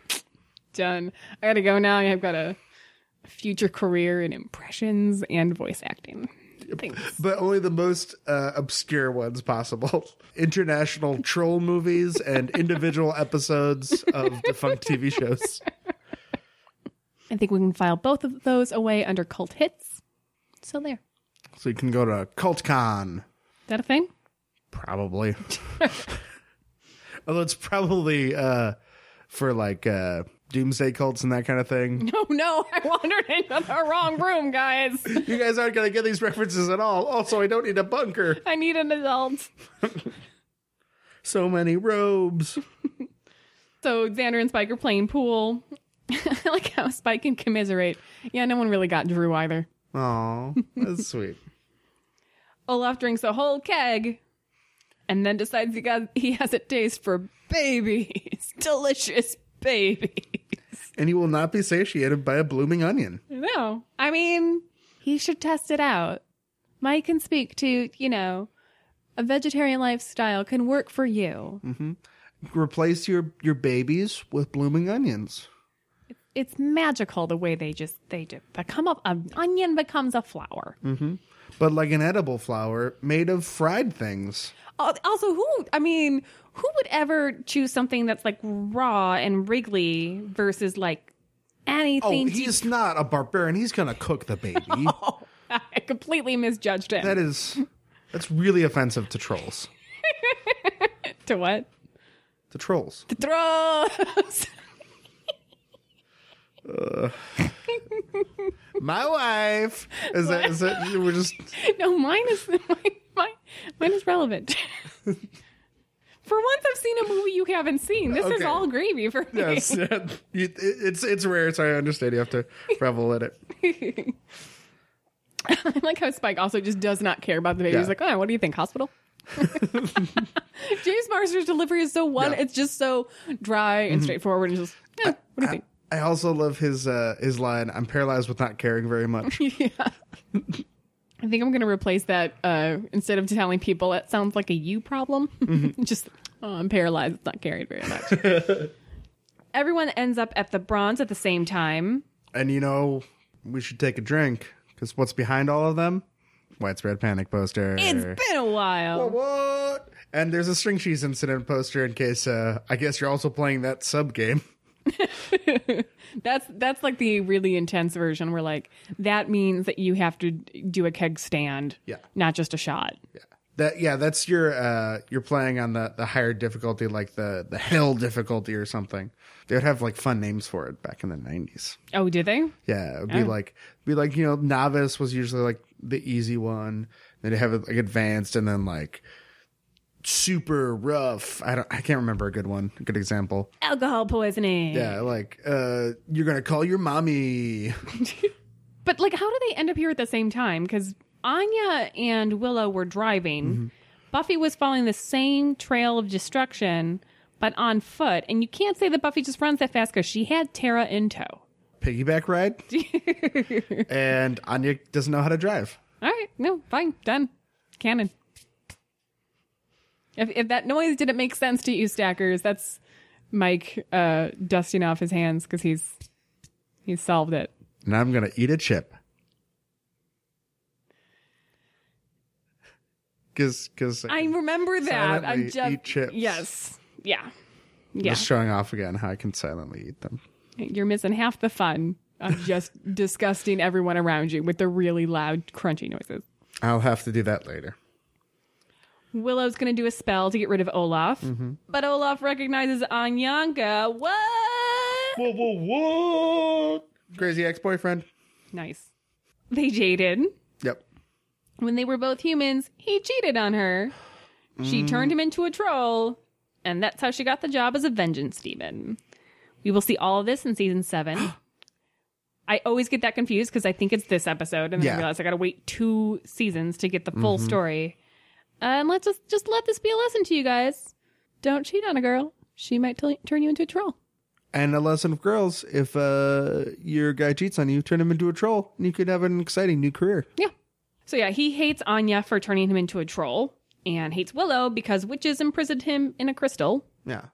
A: Done. I gotta go now. I've got a future career in impressions and voice acting. Thanks.
B: but only the most uh, obscure ones possible. International troll movies and individual episodes of defunct TV shows.
A: I think we can file both of those away under cult hits. So there. Is
B: So you can go to CultCon,
A: that a thing?
B: probably. Although it's probably uh, for like uh, doomsday cults and that kind of thing.
A: No, no. I wandered into the wrong room, guys.
B: You guys aren't going to get these references at all. Also, I don't need a bunker.
A: I need an adult.
B: So many robes.
A: So Xander and Spike are playing pool. I like how Spike can commiserate. Yeah, no one really got Drew either.
B: Aw, that's sweet.
A: Olaf drinks a whole keg and then decides he got he has a taste for babies. Delicious babies.
B: And you will not be satiated by a blooming onion.
A: No. I mean, he should test it out. Mike can speak to, you know, a vegetarian lifestyle can work for you.
B: Mm. replace your your babies with blooming onions.
A: it's magical the way they just they do become a, an onion becomes a flower.
B: Mm. But like an edible flower made of fried things.
A: Al- Also, who I mean, who would ever choose something that's like raw and wriggly versus like
B: Oh,
A: anything?
B: he's not a barbarian. He's gonna cook the baby.
A: I completely misjudged him.
B: That is that's really offensive to trolls.
A: to what?
B: To trolls.
A: The throws.
B: My wife is that is that we're just
A: no, mine is mine, mine, mine is relevant. for once, I've seen a movie you haven't seen. This is
B: Okay.
A: all gravy for me.
B: yes. yeah. You- it- it's it's rare, so I understand you have to revel in it.
A: I like how Spike also just does not care about the baby.
B: Yeah.
A: He's like, oh, what do you think, hospital? James Marsters' delivery is so one.
B: Yeah. Mm-hmm.
A: It's just so dry and straightforward, and just, eh, what do you think?
B: I also love his uh his line, I'm paralyzed with not caring very much.
A: I think I'm going to replace that uh, instead of telling people that sounds like a you problem. Just, oh, I'm paralyzed. It's not carried very much. Everyone ends up at the bronze at the same time.
B: and you know, we should take a drink. Because what's behind all of them? White's Red Panic poster.
A: It's been a while.
B: what? And there's a string cheese incident poster in case uh I guess you're also playing that sub game.
A: That's that's like the really intense version where like that means that you have to do a keg stand,
B: Yeah.
A: not just a shot.
B: Yeah. That yeah, that's your uh you're playing on the the higher difficulty like the the hell difficulty or something. They would have like fun names for it back in the 90s.
A: Oh, did they?
B: Yeah, it would be like be like, you know, novice was usually like the easy one. Then you have it like advanced and then like super rough. I don't I can't remember a good one, a good example.
A: Alcohol poisoning.
B: Yeah, like uh you're going to call your mommy.
A: But like, how do they end up here at the same time? Because Anya and Willow were driving. Buffy was following the same trail of destruction, but on foot. And you can't say that Buffy just runs that fast because she had Tara in tow.
B: piggyback ride, and Anya doesn't know how to drive.
A: All right, no, fine, done, canon. If if that noise didn't make sense to you, stackers, that's Mike uh, dusting off his hands because he's he's solved it.
B: And I'm gonna eat a chip. Cause, cause
A: I remember that. I'm
B: Silently
A: just
B: eat chips.
A: yes, yeah,
B: I'm
A: yeah.
B: just showing off again how I can silently eat them.
A: You're missing half the fun of just disgusting everyone around you with the really loud crunchy noises.
B: I'll have to do that later.
A: Willow's going to do a spell to get rid of Olaf, but Olaf recognizes Anyanka. What?
B: Whoa, whoa, what? Crazy ex-boyfriend.
A: Nice. They jaded.
B: Yep.
A: When they were both humans, he cheated on her. She turned him into a troll, and that's how she got the job as a vengeance demon. We will see all of this in season seven. I always get that confused because I think it's this episode, and then I
B: Yeah.
A: realize I got to wait two seasons to get the full story. Uh, and let's just just let this be a lesson to you guys. Don't cheat on a girl; she might t- turn you into a troll.
B: And a lesson of girls: if uh, your guy cheats on you, turn him into a troll, and you could have an exciting new career.
A: Yeah. So yeah, he hates Anya for turning him into a troll, and hates Willow because witches imprisoned him in a crystal.
B: Yeah.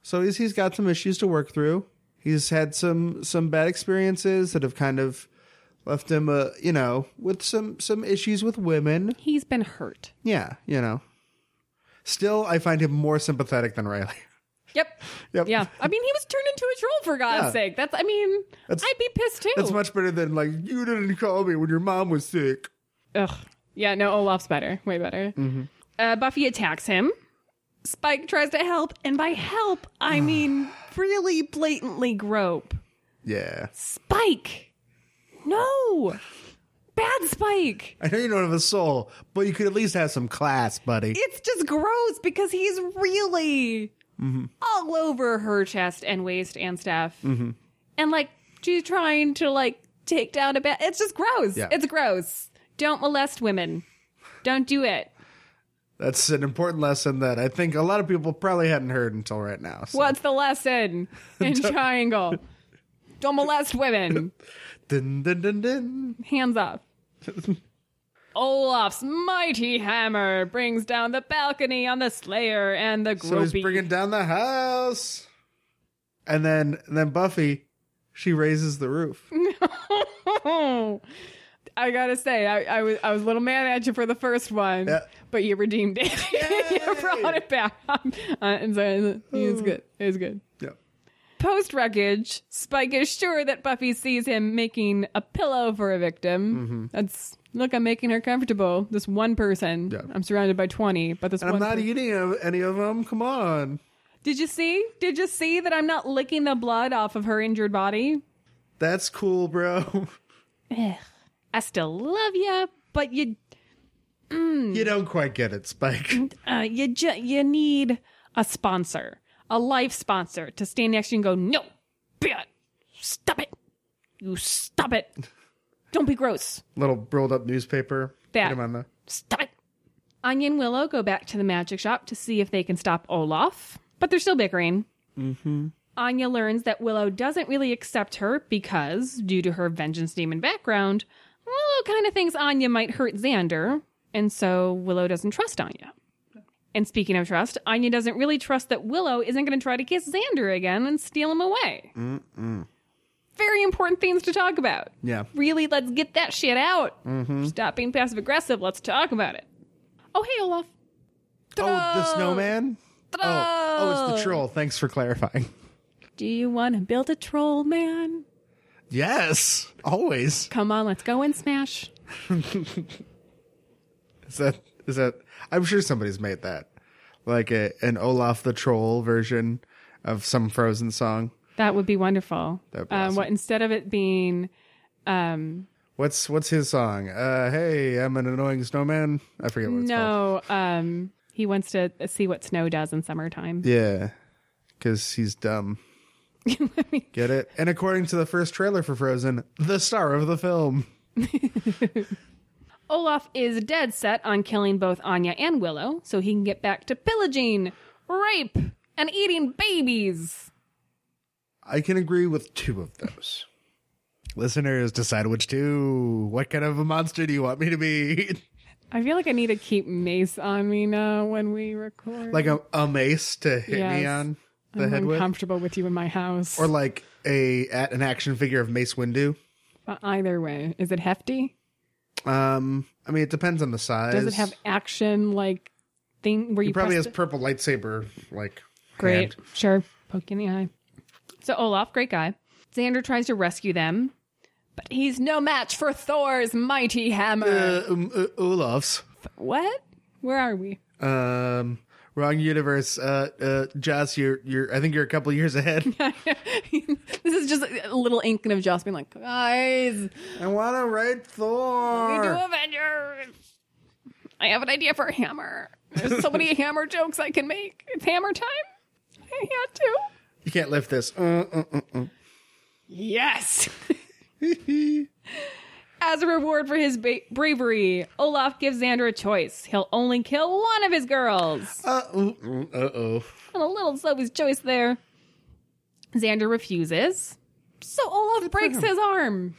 B: So he's he's got some issues to work through. He's had some some bad experiences that have kind of left him uh, you know, with some some issues with women.
A: He's been hurt.
B: Yeah, you know. Still I find him more sympathetic than Riley.
A: Yep.
B: Yep.
A: Yeah. I mean, he was turned into a troll for God's
B: Yeah.
A: sake. That's. I mean,
B: That's-
A: I'd be pissed too.
B: That's much better than like you didn't call me when your mom was sick.
A: Ugh. Yeah. No, Olaf's better. Way better.
B: Mm-hmm.
A: Uh, Buffy attacks him. Spike tries to help, and by help, I mean really blatantly grope.
B: Yeah.
A: Spike. No. Bad Spike.
B: I know you don't have a soul, but you could at least have some class, buddy.
A: It's just gross because he's really all over her chest and waist and stuff. And like she's trying to like take down a bed. It's just gross.
B: Yeah.
A: It's gross. Don't molest women. Don't do it.
B: That's an important lesson that I think a lot of people probably hadn't heard until right now. So.
A: What's the lesson in triangle? Don't molest women.
B: Dun, dun, dun, dun.
A: Hands up. Olaf's mighty hammer brings down the balcony on the Slayer and the
B: So he's
A: gropey.
B: bringing down the house. And then and then Buffy She raises the roof.
A: Mm-hmm. I gotta say, I, I was I was a little mad at you for the first one,
B: Yeah.
A: but you redeemed it. you brought it back. Uh, and so it
B: Hmm.
A: was good. It was good.
B: Yep.
A: Post wreckage, Spike is sure that Buffy sees him making a pillow for a victim.
B: Mm-hmm.
A: That's look, I'm making her comfortable. This one person.
B: Yeah.
A: I'm surrounded by twenty, but this
B: And I'm
A: one.
B: not e-
A: per-
B: eating of- any of them. Come on.
A: Did you see? Did you see that I'm not licking the blood off of her injured body?
B: That's cool, bro.
A: Ugh. I still love you, but you Hmm.
B: you don't quite get it, Spike.
A: uh, you ju- you need a sponsor, a life sponsor, to stand next to you and go, no, Bea, stop it, you stop it, don't be gross,
B: Little rolled up newspaper.
A: That.
B: Hit him on the.
A: stop it. Anya and Willow go back to the magic shop to see if they can stop Olaf, but they're still bickering. Mm-hmm. Anya learns that Willow doesn't really accept her because, due to her vengeance demon background, Willow kind of thinks Anya might hurt Xander, and so Willow doesn't trust Anya. And speaking of trust, Anya doesn't really trust that Willow isn't going to try to kiss Xander again and steal him away. Mm-mm. Very important things to talk about
B: Yeah.
A: really let's get that shit out. Stop being passive aggressive. Let's talk about it. Oh, hey, Olaf.
B: Oh, the snowman? Oh, oh, it's the
A: Troll.
B: troll. Thanks for clarifying.
A: Do you want to build a troll, man?
B: Yes, always.
A: Come on, let's go and smash.
B: Is that is that? I'm sure somebody's made that, like a an Olaf the Troll version of some Frozen song.
A: That would be wonderful.
B: That'd be
A: Um,
B: awesome.
A: what instead of it being, um,
B: What's what's his song? Uh, hey, I'm an annoying snowman. I forget what it's called.
A: no, um, he wants to see what snow does in summertime.
B: Yeah, because he's dumb. Get it? And according to the first trailer for Frozen, the star of the film.
A: Olaf is dead set on killing both Anya and Willow so he can get back to pillaging, rape, and eating babies.
B: I can agree with two of those. Listeners, decide which two. What kind of a monster do you want me to be?
A: I feel like I need to keep mace on me now when we record.
B: like a, a mace to hit me
A: Yes.
B: on the
A: I'm
B: head with,
A: uncomfortable with you in my house.
B: or like a at an action figure of Mace Windu.
A: But either way, is it hefty?
B: Um, I mean, it depends on the size.
A: Does it have action like thing where you,
B: He probably
A: press
B: has purple lightsaber. Like
A: the- great?
B: hand.
A: Sure, poke in the eye. So Olaf, great guy. Xander tries to rescue them, but he's no match for Thor's mighty hammer.
B: Uh, um, uh, Olaf's.
A: what? Where are we?
B: Um, wrong universe. Uh, uh, Joss, you're you're. I think you're a couple years ahead.
A: this is just a little inkling of Joss being like, guys,
B: I want to write Thor.
A: We do Avengers. I have an idea for a hammer. There's so many hammer jokes I can make. It's hammer time. I had to.
B: You can't lift this. Uh, uh, uh, uh.
A: Yes. As a reward for his ba- bravery, Olaf gives Xander a choice. He'll only kill one of his girls.
B: Uh oh. Uh oh.
A: And a little Zoe's choice there. Xander refuses. So Olaf breaks his arm.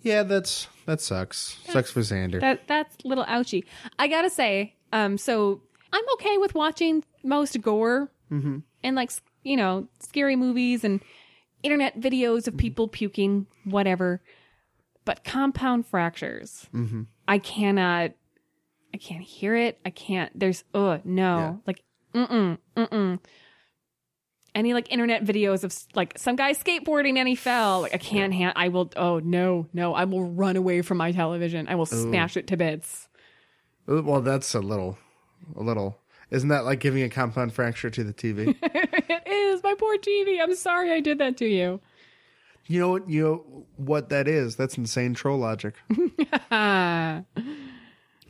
B: Yeah, that's that sucks. Sucks for Xander.
A: That that's a little ouchy. I gotta say, um, so I'm okay with watching most gore and like s- you know scary movies and internet videos of people puking, whatever. But compound fractures, I cannot. I can't hear it. I can't. There's oh no,
B: Yeah.
A: like mm mm mm mm. Any like internet videos of s- like some guy skateboarding and he fell. Like I can't. Ha- I will. Oh no, no. I will run away from my television. I will smash it to bits.
B: Uh, Well, that's a little, a little. Isn't that like giving a compound fracture to the TV?
A: it is my poor TV. I'm sorry I did that to you.
B: you know what? You know what that is? That's insane troll logic.
A: Ah.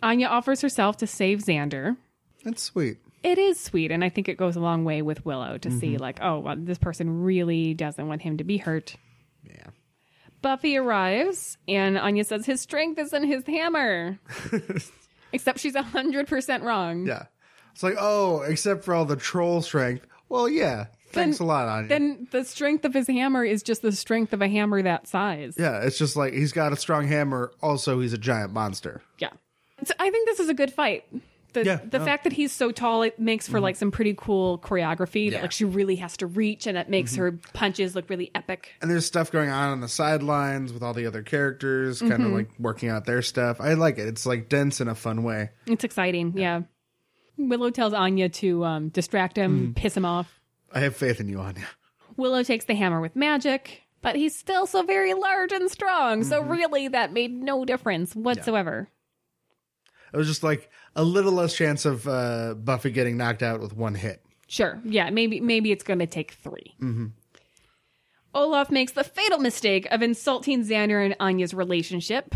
A: Anya offers herself to save Xander.
B: That's sweet.
A: It is sweet, and I think it goes a long way with Willow to
B: Mm-hmm.
A: see like, oh, well, this person really doesn't want him to be hurt.
B: Yeah.
A: Buffy arrives, and Anya says his strength is in his hammer. Except she's hundred percent wrong.
B: Yeah. It's like oh, except for all the troll strength. Well, yeah. Thanks a lot, Anya.
A: Then the strength of his hammer is just the strength of a hammer that size.
B: yeah, it's just like he's got a strong hammer. Also, he's a giant monster.
A: Yeah. So I think this is a good fight. the
B: Yeah,
A: the
B: no. Mm-hmm.
A: fact that he's so tall it makes for like some pretty cool choreography
B: Yeah. Mm-hmm.
A: that like she really has to reach and that makes her punches look really epic.
B: and there's stuff going on on the sidelines with all the other characters, kind
A: Mm-hmm.
B: of like working out their stuff. I like it. It's like dense in a fun way.
A: It's exciting, yeah. Willow tells Anya to um, distract him,
B: Mm.
A: piss him off.
B: I have faith in you, Anya.
A: Willow takes the hammer with magic, but he's still so very large and strong. So
B: Mm-hmm.
A: really, that made no difference whatsoever.
B: It was just like a little less chance of uh, Buffy getting knocked out with one hit.
A: Sure, yeah, maybe maybe it's going to take 3
B: Mm-hmm.
A: Olaf makes the fatal mistake of insulting Xander and Anya's relationship.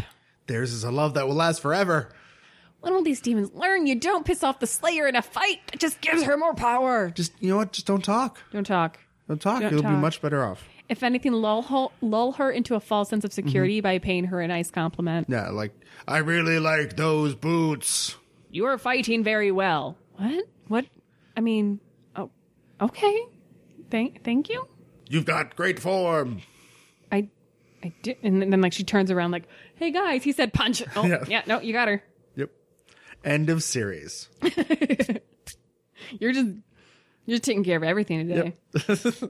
B: Theirs is a love that will last forever.
A: When will these demons learn you don't piss off the Slayer in a fight? It just gives her more power.
B: Just you know what? Just don't talk.
A: Don't talk.
B: Don't talk.
A: Don't
B: You'll be
A: talk.
B: much better off.
A: If anything, lull her, lull her into a false sense of security by paying her a nice compliment.
B: Yeah, like I really like those boots.
A: You are fighting very well. What? What? I mean, oh, okay. Thank, thank you.
B: You've got great form.
A: I, I did. And then like she turns around, like, "Hey guys," he said, "Punch." Oh,
B: Yeah.
A: yeah. No, you got her.
B: Yep. End of series.
A: You're just, you're taking care of everything today.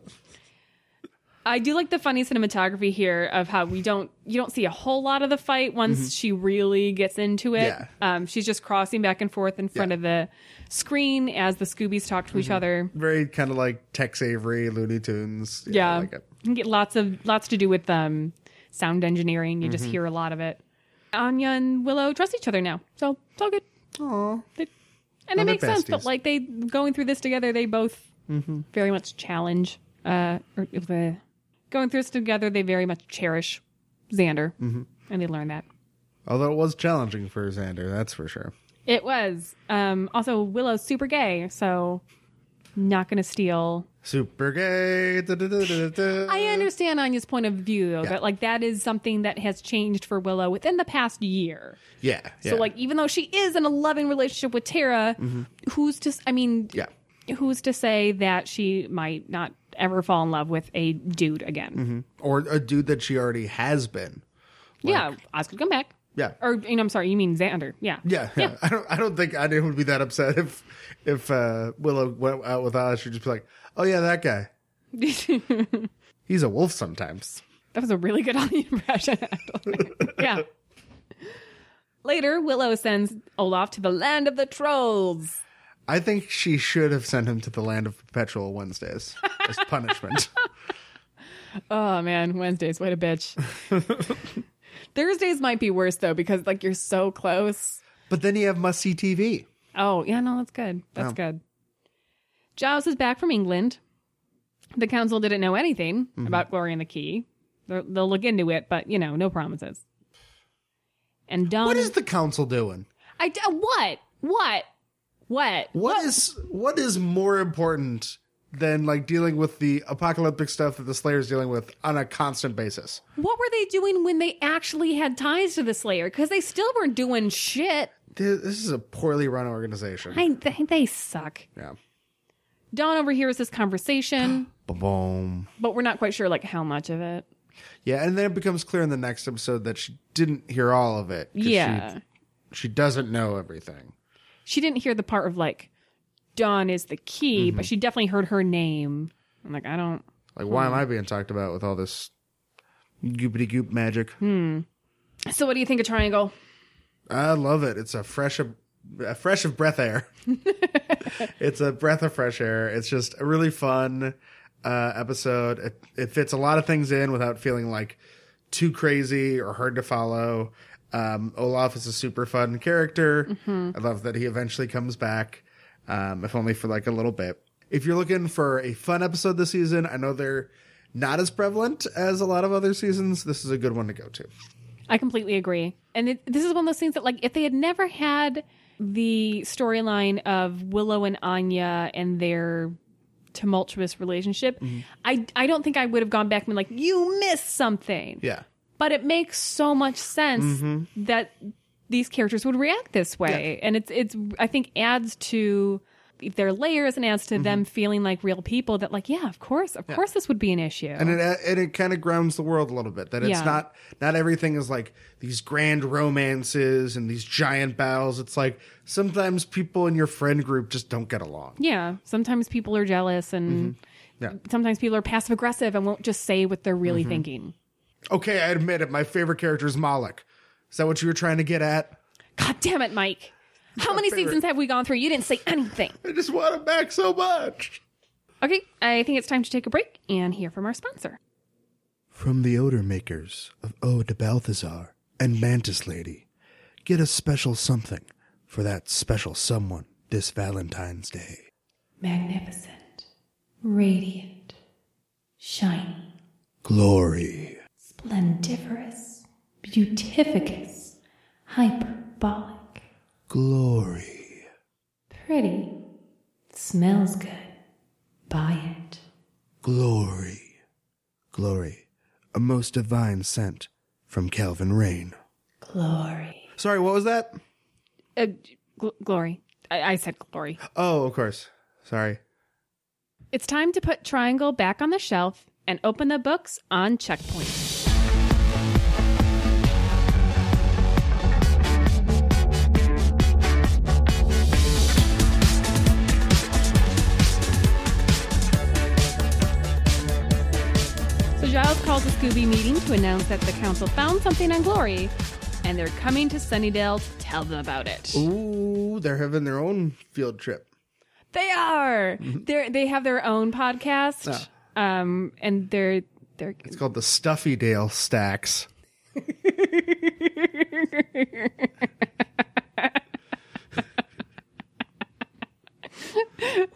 A: I do like the funny cinematography here of how we don't you don't see a whole lot of the fight once she really gets into it.
B: Mm-hmm. Yeah.
A: Um, she's just crossing back and forth in front
B: Yeah. Mm-hmm.
A: of the screen as the Scoobies talk to each other.
B: Very kind of like Tex Avery, Looney Tunes.
A: Yeah,
B: I like it.
A: you can get lots of lots to do with um, sound engineering. You just
B: Mm-hmm.
A: hear a lot of it. Anya and Willow trust each other now, so it's all good. They,
B: Aw.
A: and
B: Well,
A: it
B: they're
A: makes sense.
B: besties. Mm-hmm.
A: But like they going through this together, they both very much challenge. Uh, or if, uh, going through this together, they very much cherish Xander,
B: Mm-hmm.
A: and they learn that
B: Although it was challenging for Xander, that's for sure.
A: it was. Um, also, Willow's super gay, so not going to steal
B: Super gay. da, da, da, da, da.
A: I understand Anya's point of view, though,
B: Uh, Yeah.
A: that like that is something that has changed for Willow within the past year.
B: Yeah, yeah.
A: So like, even though she is in a loving relationship with Tara, who's to s- I mean,
B: Mm-hmm. yeah.
A: who's to say that she might not ever fall in love with a dude again?
B: Or a dude that she already has been.
A: Yeah, Oz could come back.
B: Yeah.
A: Or you know, I'm sorry, you mean Xander? Yeah.
B: Yeah, yeah. I don't. I don't think I would be that upset if if uh, Willow went out with Oz. She'd just be like, "Oh yeah, that guy. He's a wolf sometimes."
A: That was a really good Anya impression. actually. yeah. Later, Willow sends Olaf to the land of the trolls.
B: I think she should have sent him to the land of perpetual Wednesdays as punishment.
A: Oh man, Wednesdays, what a bitch. Thursdays might be worse though because like you're so close.
B: but then you have must see TV.
A: Oh yeah, no, that's good.
B: Oh.
A: That's good. Giles is back from England. The council didn't know anything
B: Mm-hmm.
A: about Glory and the Key. They're, they'll look into it, but you know, no promises. And Don,
B: What is the council doing?
A: I d- what what what?
B: What is what is more important than like dealing with the apocalyptic stuff that the Slayer's dealing with on a constant basis?
A: What were they doing when they actually had ties to the Slayer? Because they still weren't doing shit.
B: Th- This is a poorly run organization.
A: I think they suck.
B: yeah.
A: Don overhears this conversation.
B: Boom.
A: but we're not quite sure like how much of it.
B: Yeah, and then it becomes clear in the next episode that she didn't hear all of it. 'cause she-
A: Yeah. She,
B: She, doesn't know everything.
A: didn't hear the part of like Dawn is the key, but she definitely heard her name. I'm like, I don't
B: Like, why am I being talked about with all this goopity goop magic?
A: So what do you think of triangle?
B: I love it. It's a fresh of, a fresh of breath air. it's a breath of fresh air. It's just a really fun uh, episode. It, it fits a lot of things in without feeling like too crazy or hard to follow. Um, Olaf is a super fun character. I love that he eventually comes back, um, if only for like a little bit. If you're looking for a fun episode this season, I know they're not as prevalent as a lot of other seasons. This is a good one to go to.
A: I completely agree. And it, this is one of those things that like if they had never had the storyline of Willow and Anya and their tumultuous relationship, I I don't think I would have gone back and been like, You missed something.
B: Yeah.
A: but it makes so much sense
B: Mm-hmm.
A: that these characters would react this way and it's it's i think adds to their layers and adds to them
B: Mm-hmm.
A: feeling like real people that like yeah of course of course this would be an issue
B: and it and it kind of grounds the world a little bit that it's
A: Yeah.
B: not not everything is like these grand romances and these giant battles. It's like sometimes people in your friend group just don't get along.
A: yeah sometimes people are jealous and
B: Mm-hmm. Yeah. Mm-hmm.
A: sometimes people are passive aggressive and won't just say what they're really thinking
B: Okay, I admit it. My favorite character is Moloch. Is that what you were trying to get at?
A: god damn it mike how many
B: favorite.
A: seasons have we gone through you didn't say anything
B: I just want him back so much.
A: okay i think it's time to take a break and hear from our sponsor
B: From the odor makers of Ode to Balthazar and Mantis Lady, get a special something for that special someone this Valentine's Day.
C: Magnificent, radiant, shining,
B: Glory.
C: splendiferous, beautificus, hyperbolic,
B: Glory.
C: pretty, smells good. Buy it.
B: Glory. Glory. A most divine scent from Calvin Rain.
C: Glory.
B: Sorry, what was that?
A: uh, gl- glory I-, I said glory
B: Oh, of course. Sorry.
A: it's time to put triangle back on the shelf and open the books on checkpoint So Giles calls a Scooby meeting to announce that the council found something on Glory, and they're coming to Sunnydale to tell them about it.
B: Ooh, they're having their own field trip.
A: They are. They're they have their own podcast. Um, and they're they're
B: It's called the Stuffy Dale Stacks.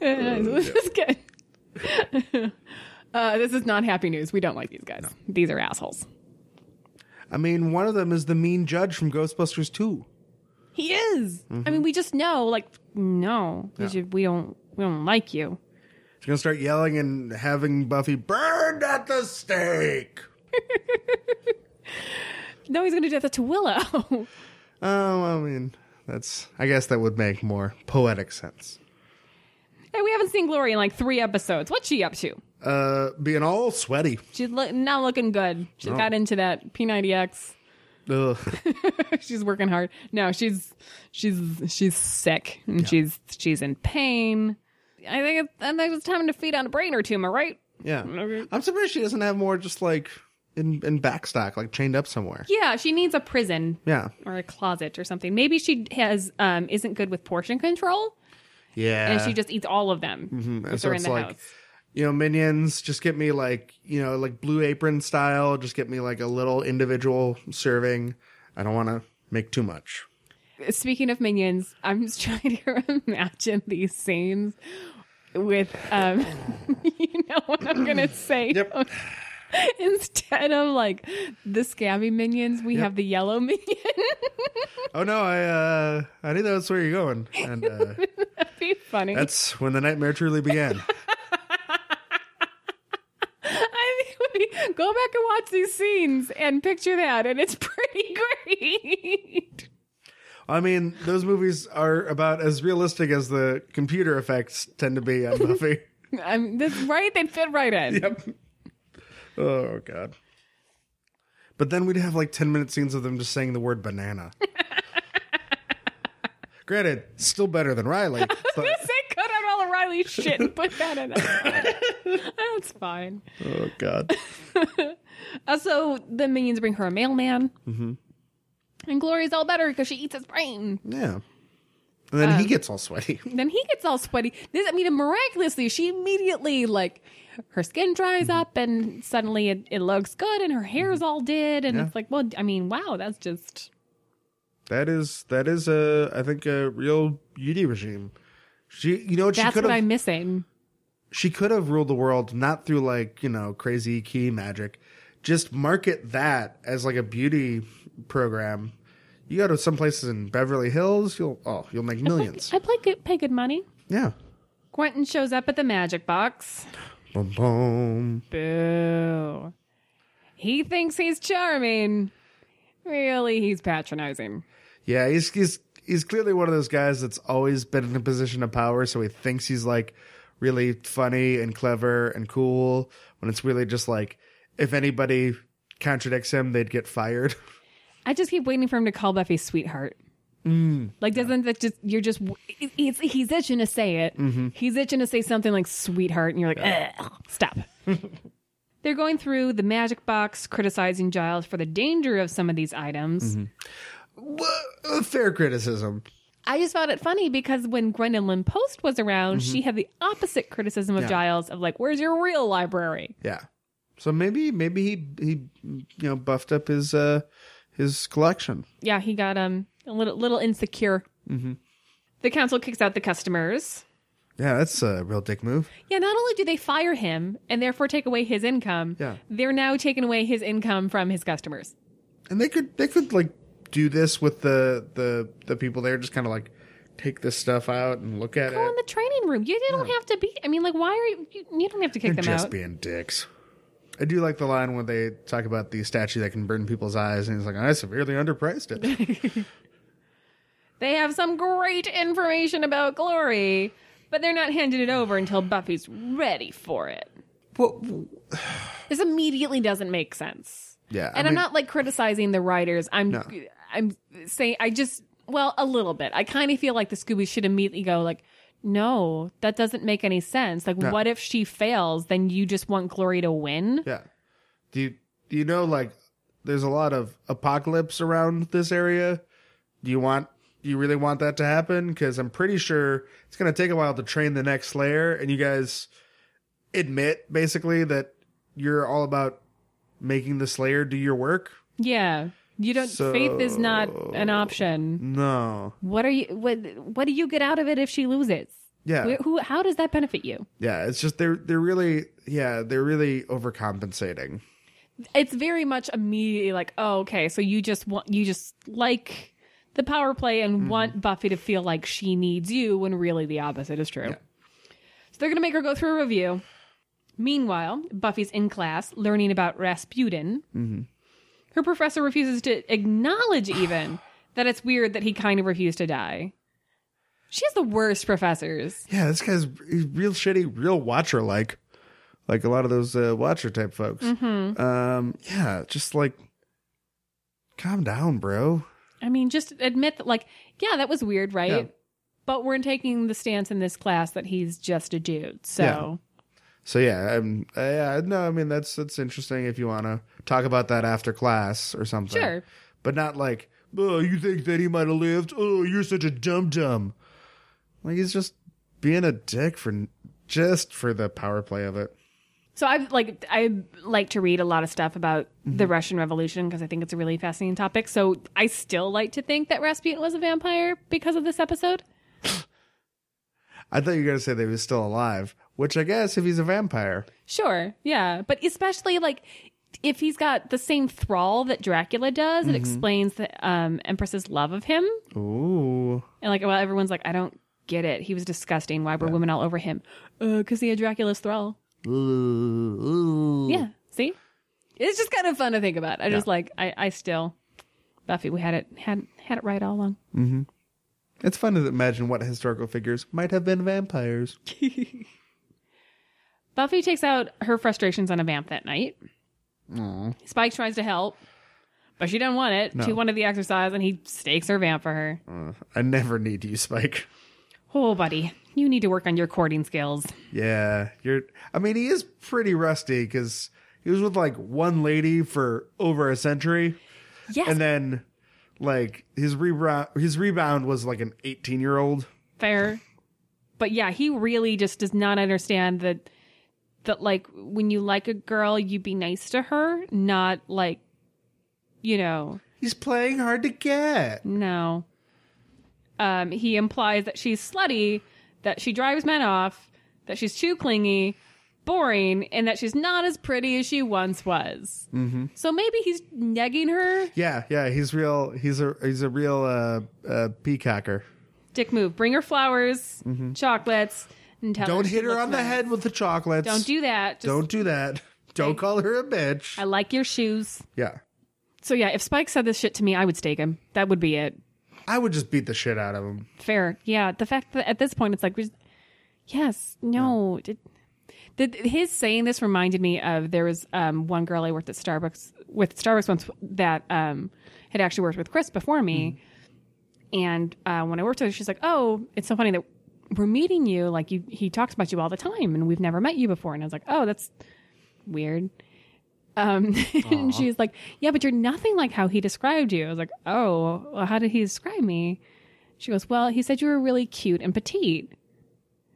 A: this is good. uh, this is not happy news. We don't like these guys. These are assholes.
B: I mean, one of them is the mean judge from Ghostbusters 2.
A: He is. I mean, we just know. Like, no, you should, we don't. We don't like you.
B: She's going to start yelling and having Buffy burned at the stake.
A: No, he's going to do that to Willow.
B: Oh, I mean, that's, I guess that would make more poetic sense.
A: and we haven't seen Glory in like three episodes. What's she up to?
B: Uh, being all sweaty.
A: She's lo- not looking good. She got into that P90X.
B: Ugh.
A: she's working hard. No, she's she's she's sick and she's she's in pain. I think it's, I think it's time to feed on a brain or two. Am I right?
B: Yeah. I'm surprised she doesn't have more just like in, in backstock, like chained up somewhere.
A: Yeah, she needs a prison
B: Yeah.
A: or a closet or something. Maybe she has um isn't good with portion control
B: Yeah.
A: and she just eats all of them.
B: Mhm.
A: if
B: So
A: they're in
B: it's
A: the
B: like-
A: house.
B: you know, minions, just get me like, you know, like blue apron style, just get me like a little individual serving. I don't want to make too much.
A: Speaking of minions, I'm just trying to imagine these scenes with um you know what I'm gonna say.
B: Yep.
A: don't you? Instead of like the scabby minions, we have the yellow minion.
B: Oh no, I uh I knew that's where you're going. And uh
A: That'd be funny.
B: that's when the nightmare truly began.
A: I think we go back and watch these scenes and picture that, and it's pretty great.
B: I mean, those movies are about as realistic as the computer effects tend to be on Buffy.
A: I'm that's right. They fit right in.
B: yep. Oh god. But then we'd have like 10 minute scenes of them just saying the word banana. Granted, still better than Riley. but-
A: Just say cut out all the Riley shit and put that in. That's fine.
B: Oh God!
A: Also, the minions bring her a mailman. Mm-hmm. And Glory's all better because she eats his brain.
B: Yeah. And then he gets all sweaty.
A: then he gets all sweaty. This, I mean, miraculously, she immediately like her skin dries up, and suddenly it, it looks good, and her hair's all did, and
B: Yeah.
A: it's like, well, I mean, wow, that's just
B: That is that is a I think a real beauty regime. She you know what she
A: that's
B: could
A: what I'm
B: have
A: missing.
B: she could have ruled the world not through like you know crazy key magic, just market that as like a beauty program. You go to some places in Beverly Hills, you'll oh you'll make millions.
A: I play good, pay good money.
B: Yeah.
A: Quentin shows up at the magic box.
B: Boom boom.
A: Boo! He thinks he's charming. Really, he's patronizing.
B: Yeah, he's he's he's clearly one of those guys that's always been in a position of power, so he thinks he's like really funny and clever and cool when it's really just like if anybody contradicts him, they'd get fired.
A: I just keep waiting for him to call Buffy sweetheart. like, doesn't that just, you're just, it's, he's itching to say it. He's itching to say something like sweetheart, and you're like, "Ugh, stop. They're going through the magic box, criticizing Giles for the danger of some of these items.
B: Wha- uh, Fair criticism.
A: I just found it funny because when Gwendolyn Post was around, she had the opposite criticism of
B: Yeah.
A: Giles of like, where's your real library?
B: Yeah. So maybe maybe he he you know buffed up his uh his collection.
A: Yeah, he got um a little little insecure. Mm-hmm. The council kicks out the customers.
B: Yeah, that's a real dick move.
A: Yeah, not only do they fire him and therefore take away his income,
B: Yeah.
A: they're now taking away his income from his customers.
B: And they could they could like do this with the the the people there just kind of like take this stuff out and look at
A: Go in
B: it.
A: the training room. You don't have to be. I mean, like, why are you? You, you don't have to kick them
B: just
A: out.
B: being dicks. I do like the line when they talk about the statue that can burn people's eyes, and he's like, "I severely underpriced it."
A: They have some great information about glory, but they're not handing it over until Buffy's ready for it.
B: well,
A: This immediately doesn't make sense.
B: yeah,
A: and I'm not like criticizing the writers. I'm
B: No.
A: I'm saying I just well a little bit. I kind of feel like the Scooby should immediately go like, no, that doesn't make any sense. Like, what if she fails? Then you just want Glory to win.
B: Yeah, do you do you know like there's a lot of apocalypse around this area? Do you want do you really want that to happen? Because I'm pretty sure it's going to take a while to train the next Slayer, and you guys admit basically that you're all about making the Slayer do your work.
A: Yeah, you don't. faith is not an option.
B: No,
A: What are you? What What do you get out of it if she loses?
B: yeah,
A: Wh- Who? How does that benefit you?
B: Yeah, it's just they're they're really yeah they're really overcompensating.
A: it's very much immediately like, oh, okay, so you just want you just like the power play and want Buffy to feel like she needs you when really the opposite is true. So they're gonna make her go through a review. Meanwhile, Buffy's in class learning about Rasputin. Her professor refuses to acknowledge even that it's weird that he kind of refused to die. She has the worst professors.
B: Yeah, this guy's he's real shitty, real watcher like, like a lot of those uh, watcher type
A: Mm-hmm.
B: folks. Um, yeah, just like calm down, bro.
A: I mean, just admit that, like, yeah, that was weird, right?
B: Yeah.
A: But we're taking the stance in this class that he's just a dude. So,
B: So yeah, um, uh, yeah, no, I mean that's that's interesting if you want to talk about that after class or something.
A: Sure.
B: but not like oh you think that he might have lived? Oh, you're such a dum dum. Like he's just being a dick for just for the power play of it.
A: so I like I like to read a lot of stuff about the Russian Revolution because I think it's a really fascinating topic. So I still like to think that Rasputin was a vampire because of this episode.
B: I thought you were going to say that he was still alive, which I guess if he's a vampire.
A: Sure, yeah, but especially like if he's got the same thrall that Dracula does, it explains the um, Empress's love of him.
B: Ooh.
A: And like, well, everyone's like, I don't get it. He was disgusting. Why were women all over him? Because he had Dracula's thrall.
B: Ooh.
A: Yeah. See, it's just kind of fun to think about. I just like, I, I still, Buffy, we had it had had it right all along.
B: It's fun to imagine what historical figures might have been vampires.
A: Buffy takes out her frustrations on a vamp that night. Spike tries to help, but she doesn't want it. She wanted the exercise, and he stakes her vamp for her.
B: Mm. I never need you, Spike.
A: Oh, buddy, you need to work on your courting skills.
B: Yeah, you're. I mean, he is pretty rusty because he was with like one lady for over a century,
A: Yes,
B: and then like his rebound, his rebound was like an eighteen-year-old.
A: fair. But yeah, he really just does not understand that that like when you like a girl, you be nice to her, not like you know,
B: He's playing hard to get.
A: no. Um he implies that she's slutty, that she drives men off, that she's too clingy, boring, and that she's not as pretty as she once was. Mm-hmm. So maybe he's negging her.
B: Yeah, yeah, he's real. He's a he's a real uh, uh peacocker.
A: Dick move. Bring her flowers, chocolates, and tell
B: Mm-hmm. Don't
A: she
B: hit her
A: looks
B: on the
A: nice.
B: head with the chocolates.
A: Don't do that. Just
B: Don't do that. Don't call her a bitch.
A: I like your shoes.
B: yeah.
A: So yeah, if Spike said this shit to me, I would stake him. That would be it.
B: I would just beat the shit out of him.
A: Fair. Yeah. The fact that at this point it's like, res- yes, no. Did, did, his saying this reminded me of there was um, one girl I worked at Starbucks with Starbucks once that um, had actually worked with Chris before me. And uh, when I worked with her, she's like, oh, it's so funny that we're meeting you. Like you, he talks about you all the time and we've never met you before. And I was like, oh, that's weird. Um, and she's like, yeah, but you're nothing like how he described you. I was like, oh, well, how did he describe me? She goes, Well, he said you were really cute and petite.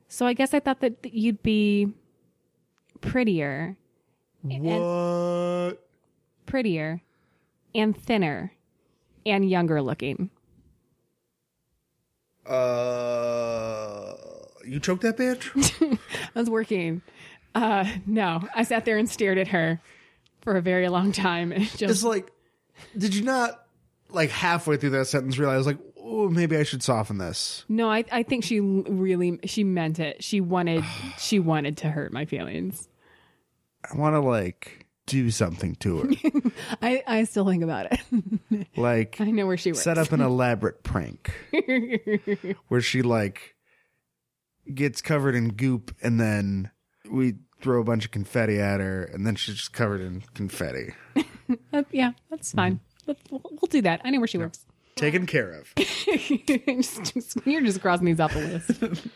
A: So I guess I thought that th- you'd be prettier,
B: What?
A: prettier, and thinner, and younger looking.
B: Uh, you choked that bitch?
A: I was working. Uh, no, I sat there and stared at her for a very long time. And just,
B: it's like, did you not like halfway through that sentence realize like, oh, maybe I should soften this?
A: no, I, I think she l- really, she meant it. She wanted, she wanted to hurt my feelings.
B: I want to like do something to her,
A: I, I still think about it.
B: like
A: I know where she works.
B: set up an elaborate prank where she like gets covered in goop and then we throw a bunch of confetti at her and then she's just covered in confetti.
A: Uh, yeah, that's fine. Let's, we'll, we'll do that. I know where she works.
B: Taken care of.
A: Just- just- you're just crossing these off the list.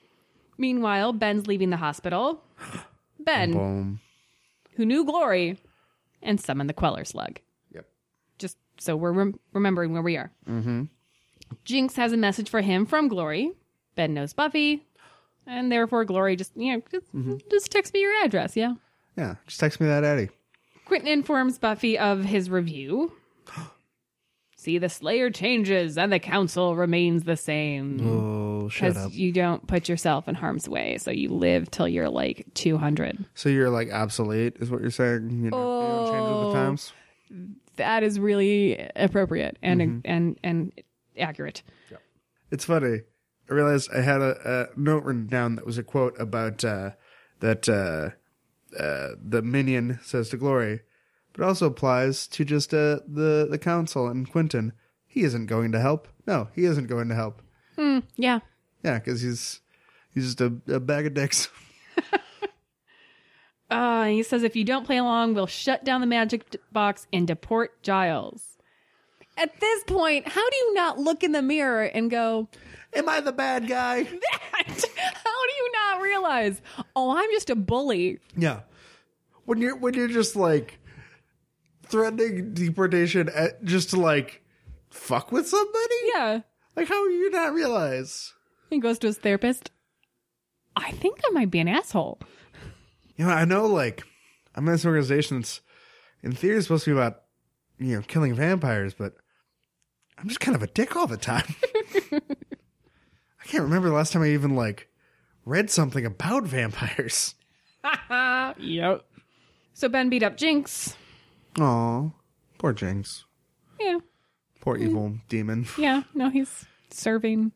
A: Meanwhile, Ben's leaving the hospital. Ben,
B: Boom.
A: who knew glory, and summoned the Queller Slug.
B: Yep.
A: Just so we're rem- remembering where we are. Mm-hmm. Jinx has a message for him from Glory. Ben knows Buffy, and therefore Glory just you know just, just text me your address. Yeah.
B: Yeah. Just text me that Eddie.
A: Quentin informs Buffy of his review. See, the Slayer changes and the Council remains the same.
B: Oh, shut up.
A: because you don't put yourself in harm's way so you live till you're like 200
B: So you're like obsolete, is what you're saying? You, know, you don't change with
A: Oh.
B: the times?
A: that is really appropriate and
B: Mm-hmm.
A: and and accurate
B: It's funny. I realized I had a, a note written down that was a quote about uh, that uh, uh, the minion says to Glory, but it also applies to just uh, the the council and Quentin. He isn't going to help. No, he isn't going to help.
A: yeah
B: Yeah, because he's he's just a, a bag of dicks.
A: uh, and he says if you don't play along we'll shut down the magic d- box and deport giles at this point how do you not look in the mirror and go
B: Am I the bad
A: how
B: guy?
A: do you not realize oh i'm just a bully
B: Yeah. When you're when you're just like threatening deportation at, just to like fuck with somebody.
A: yeah
B: Like how do you not realize?
A: he goes to his therapist i think i might be an asshole
B: You know, I know like I'm in this organization that's in theory supposed to be about, you know, killing vampires, but I'm just kind of a dick all the time. I can't remember the last time I even like read something about vampires.
A: yep. Uh, So Ben beat up Jinx.
B: Aw. Poor Jinx.
A: Yeah,
B: Poor evil demon.
A: yeah. No, he's serving.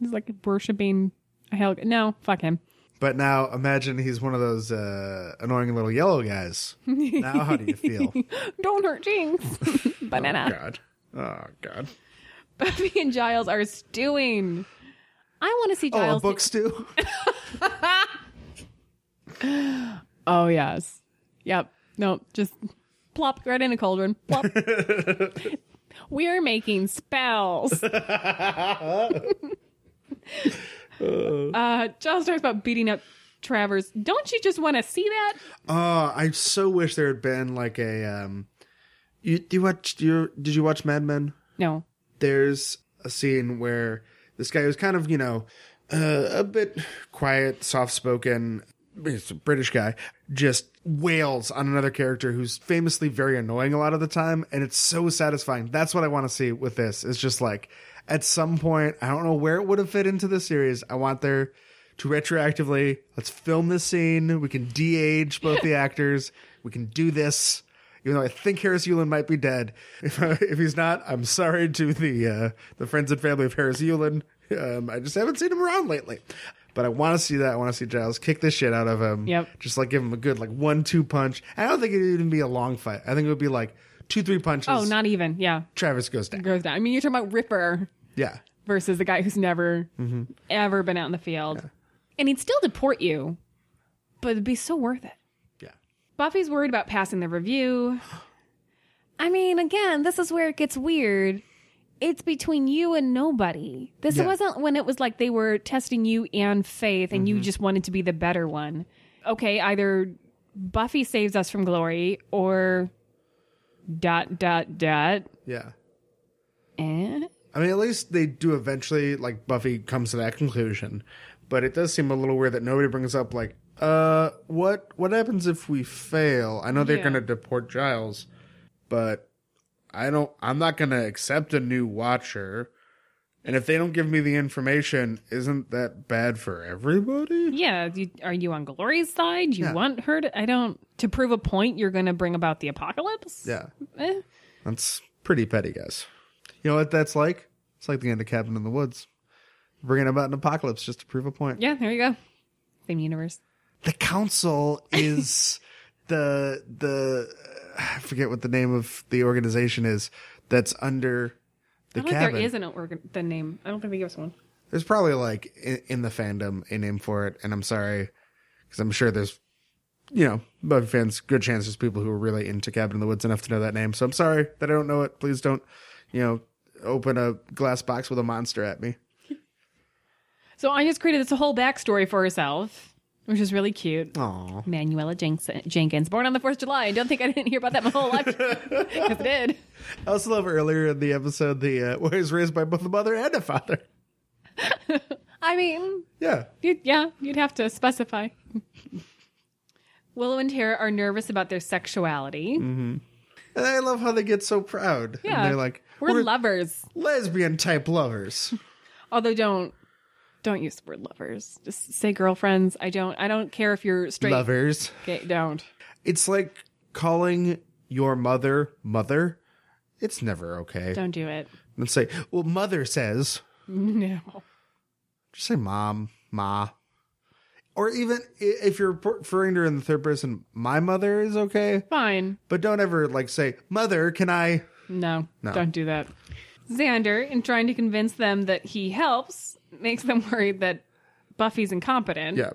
A: He's like worshiping a hell. No, fuck him.
B: But now imagine he's one of those uh, annoying little yellow guys. Now how do you feel?
A: Don't hurt Jinx. Banana.
B: God. Oh God.
A: Buffy and Giles are stewing. I want to see
B: Oh, a
A: Giles.
B: book stew.
A: Oh, yes. Yep. No, just plop right in a cauldron. Plop. We're making spells. uh, Giles talks about beating up Travers. Don't you just want to see that?
B: Oh, I so wish there had been like a um you do you watch do you did you watch Mad Men?
A: No.
B: There's a scene where this guy who's kind of, you know, uh, a bit quiet, soft spoken, he's a British guy, just wails on another character who's famously very annoying a lot of the time, and it's so satisfying. That's what I want to see with this. It's just like at some point, I don't know where it would have fit into the series. I want there to retroactively let's film this scene. We can de-age both the actors. We can do this. Even though I think Harris Yulin might be dead, if, if he's not, I'm sorry to the uh, the friends and family of Harris Yulin. Um, I just haven't seen him around lately, but I want to see that. I want to see Giles kick the shit out of him.
A: Yep.
B: just like give him a good like one two punch. I don't think it'd even be a long fight. I think it would be like two three punches.
A: Oh, not even. Yeah.
B: Travis goes down.
A: Goes down. I mean, you're talking about Ripper.
B: Yeah.
A: versus the guy who's never ever been out in the field. And he'd still deport you, but it'd be so worth it.
B: Yeah.
A: Buffy's worried about passing the review. I mean, again, this is where it gets weird. It's between you and nobody. This
B: Yeah.
A: wasn't when it was like they were testing you and Faith, and you just wanted to be the better one. Okay, either Buffy saves us from glory or dot, dot, dot.
B: Yeah.
A: Eh?
B: I mean, at least they do eventually, like, Buffy comes to that conclusion. But it does seem a little weird that nobody brings up, like, uh, what, what happens if we fail? I know they're
A: Yeah.
B: going to deport Giles, but I don't, I'm not going to accept a new watcher. And if they don't give me the information, isn't that bad for everybody?
A: Yeah, you, are you on Glory's side? You
B: Yeah.
A: want her to? I don't. To prove a point, you're going to bring about the apocalypse.
B: Yeah.
A: Eh,
B: That's pretty petty, guys. You know what that's like? It's like the end of Cabin in the Woods. Bringing about an apocalypse just to prove a point.
A: yeah, there you go. Same universe.
B: the council is the the I forget what the name of the organization is that's under the
A: I don't
B: cabin.
A: think there is an organ. The name. I don't think they give us one.
B: There's probably like in, in the fandom a name for it, and I'm sorry because I'm sure there's you know Buffy fans good chance there's people who are really into Cabin in the Woods enough to know that name. So I'm sorry that I don't know it. Please don't you know open a glass box with a monster at me.
A: So Anya's created this whole backstory for herself, which is really cute.
B: Aww.
A: Manuela Jenks- Jenkins, born on the fourth of July. I don't think I didn't hear about that my whole life. 'Cause I did.
B: I also love earlier in the episode the uh, where he's raised by both a mother and a father.
A: I mean,
B: Yeah.
A: You'd, yeah, you'd have to specify. Willow and Tara are nervous about their sexuality.
B: Mm-hmm. And I love how they get so proud. And
A: Yeah.
B: they're like,
A: We're, lovers.
B: lesbian type lovers.
A: Although don't don't use the word lovers. Just say girlfriends. I don't I don't care if you're straight.
B: lovers.
A: Okay, don't.
B: It's like calling your mother mother. It's never okay.
A: Don't do it.
B: And say, well, mother says,
A: No.
B: just say mom, ma. Or even i- if you're referring to her in the third person, my mother is okay.
A: Fine.
B: But don't ever like say, mother, can I?
A: No,
B: No.
A: Don't do that. Xander, in trying to convince them that he helps, makes them worried that Buffy's incompetent.
B: Yeah.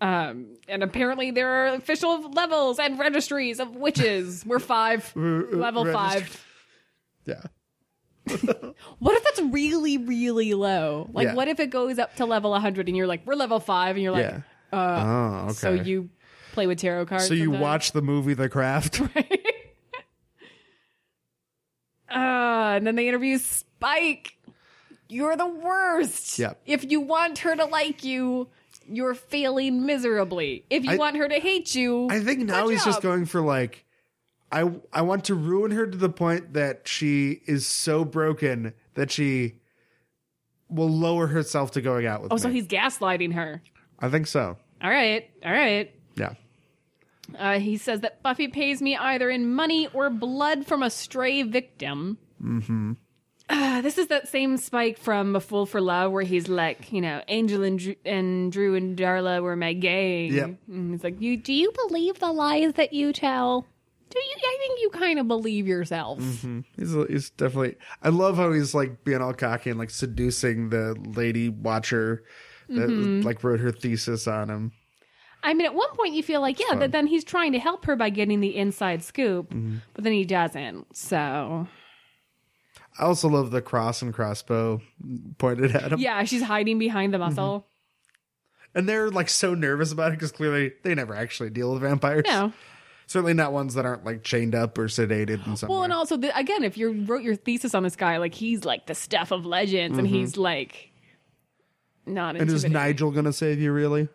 A: Um, and apparently there are official levels and registries of witches. We're five.
B: Uh,
A: Level five.
B: Yeah.
A: What if that's really, really low? Like,
B: Yeah.
A: what if it goes up to level 100 and you're like, we're level five, and you're like, uh,
B: yeah. oh, okay.
A: so you play with tarot cards?
B: So you
A: sometimes?
B: watch the movie The Craft?
A: Uh, and then they interview Spike. You're the worst.
B: Yep.
A: If you want her to like you, you're failing miserably. If you
B: I-
A: want her to hate you,
B: I think now
A: Good
B: he's just
A: job.
B: going for like I I want to ruin her to the point that she is so broken that she will lower herself to going out with
A: oh,
B: me.
A: so he's gaslighting her.
B: I think so.
A: All right. All right.
B: Yeah.
A: Uh, he says that Buffy pays me either in money or blood from a stray victim. Mm-hmm. Uh, this is that same Spike from A Fool for Love where he's like, you know, Angel and Drew and, Drew and Darla were my gang.
B: Yep.
A: And he's like, you, do you believe the lies that you tell? Do you? I think you kind of believe yourself.
B: He's he's definitely I love how he's like being all cocky and like seducing the lady watcher that
A: Mm-hmm.
B: like wrote her thesis on him.
A: I mean, at one point you feel like, yeah, but then he's trying to help her by getting the inside scoop, but then he doesn't. So,
B: I also love the cross and crossbow pointed at him.
A: yeah, she's hiding behind the muscle.
B: And they're like so nervous about it because clearly they never actually deal with vampires.
A: No.
B: Certainly not ones that aren't like chained up or sedated and something.
A: Well, and also the, again, if you wrote your thesis on this guy, like he's like the stuff of legends, and he's like not.
B: Mm-hmm. and is
A: intimidating.
B: Nigel gonna save you really?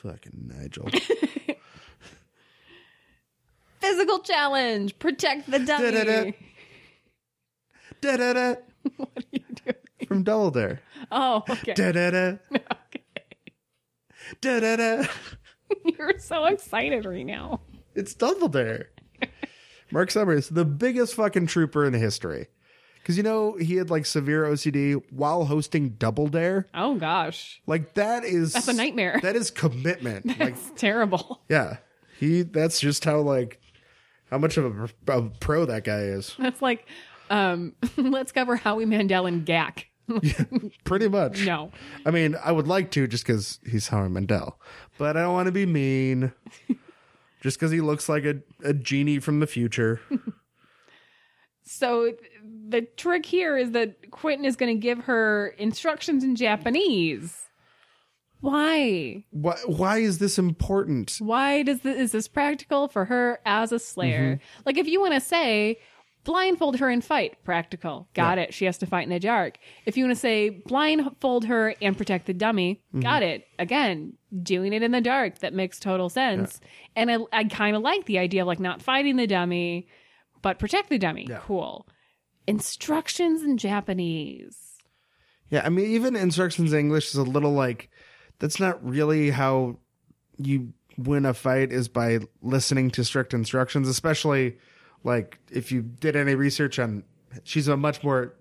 B: Fucking Nigel.
A: physical challenge. Protect the dummy.
B: Da-da-da. da da da
A: What are you doing?
B: from Double Dare.
A: Oh, okay.
B: Da da da. Da da da.
A: You're so excited right now.
B: It's Double Dare. Mark Summers, the biggest fucking trooper in history. Because you know he had like severe OCD while hosting Double Dare.
A: Oh gosh,
B: Like that is that's
A: a nightmare.
B: That is commitment. like
A: it's terrible.
B: Yeah, he. That's just how like how much of a, a pro that guy is.
A: That's like Um, let's cover Howie Mandel and Gak.
B: Pretty much.
A: No.
B: I mean, I would like to just because he's Howie Mandel, but I don't want to be mean. just because he looks like a, a genie from the future.
A: So th- the trick here is that Quentin is going to give her instructions in Japanese. Why?
B: why, why is this important?
A: Why does this, is this practical for her as a slayer? Like, if you want to say blindfold her and fight, practical. Got it. She has to fight in the dark. If you want to say blindfold her and protect the dummy, got it. Again, doing it in the dark. That makes total sense. And I, I kind of like the idea of like not fighting the dummy, but protect the dummy.
B: Yeah.
A: Cool. Instructions in Japanese.
B: Yeah, I mean, even instructions in English is a little like that's not really how you win a fight is by listening to strict instructions, especially like if you did any research on she's a much more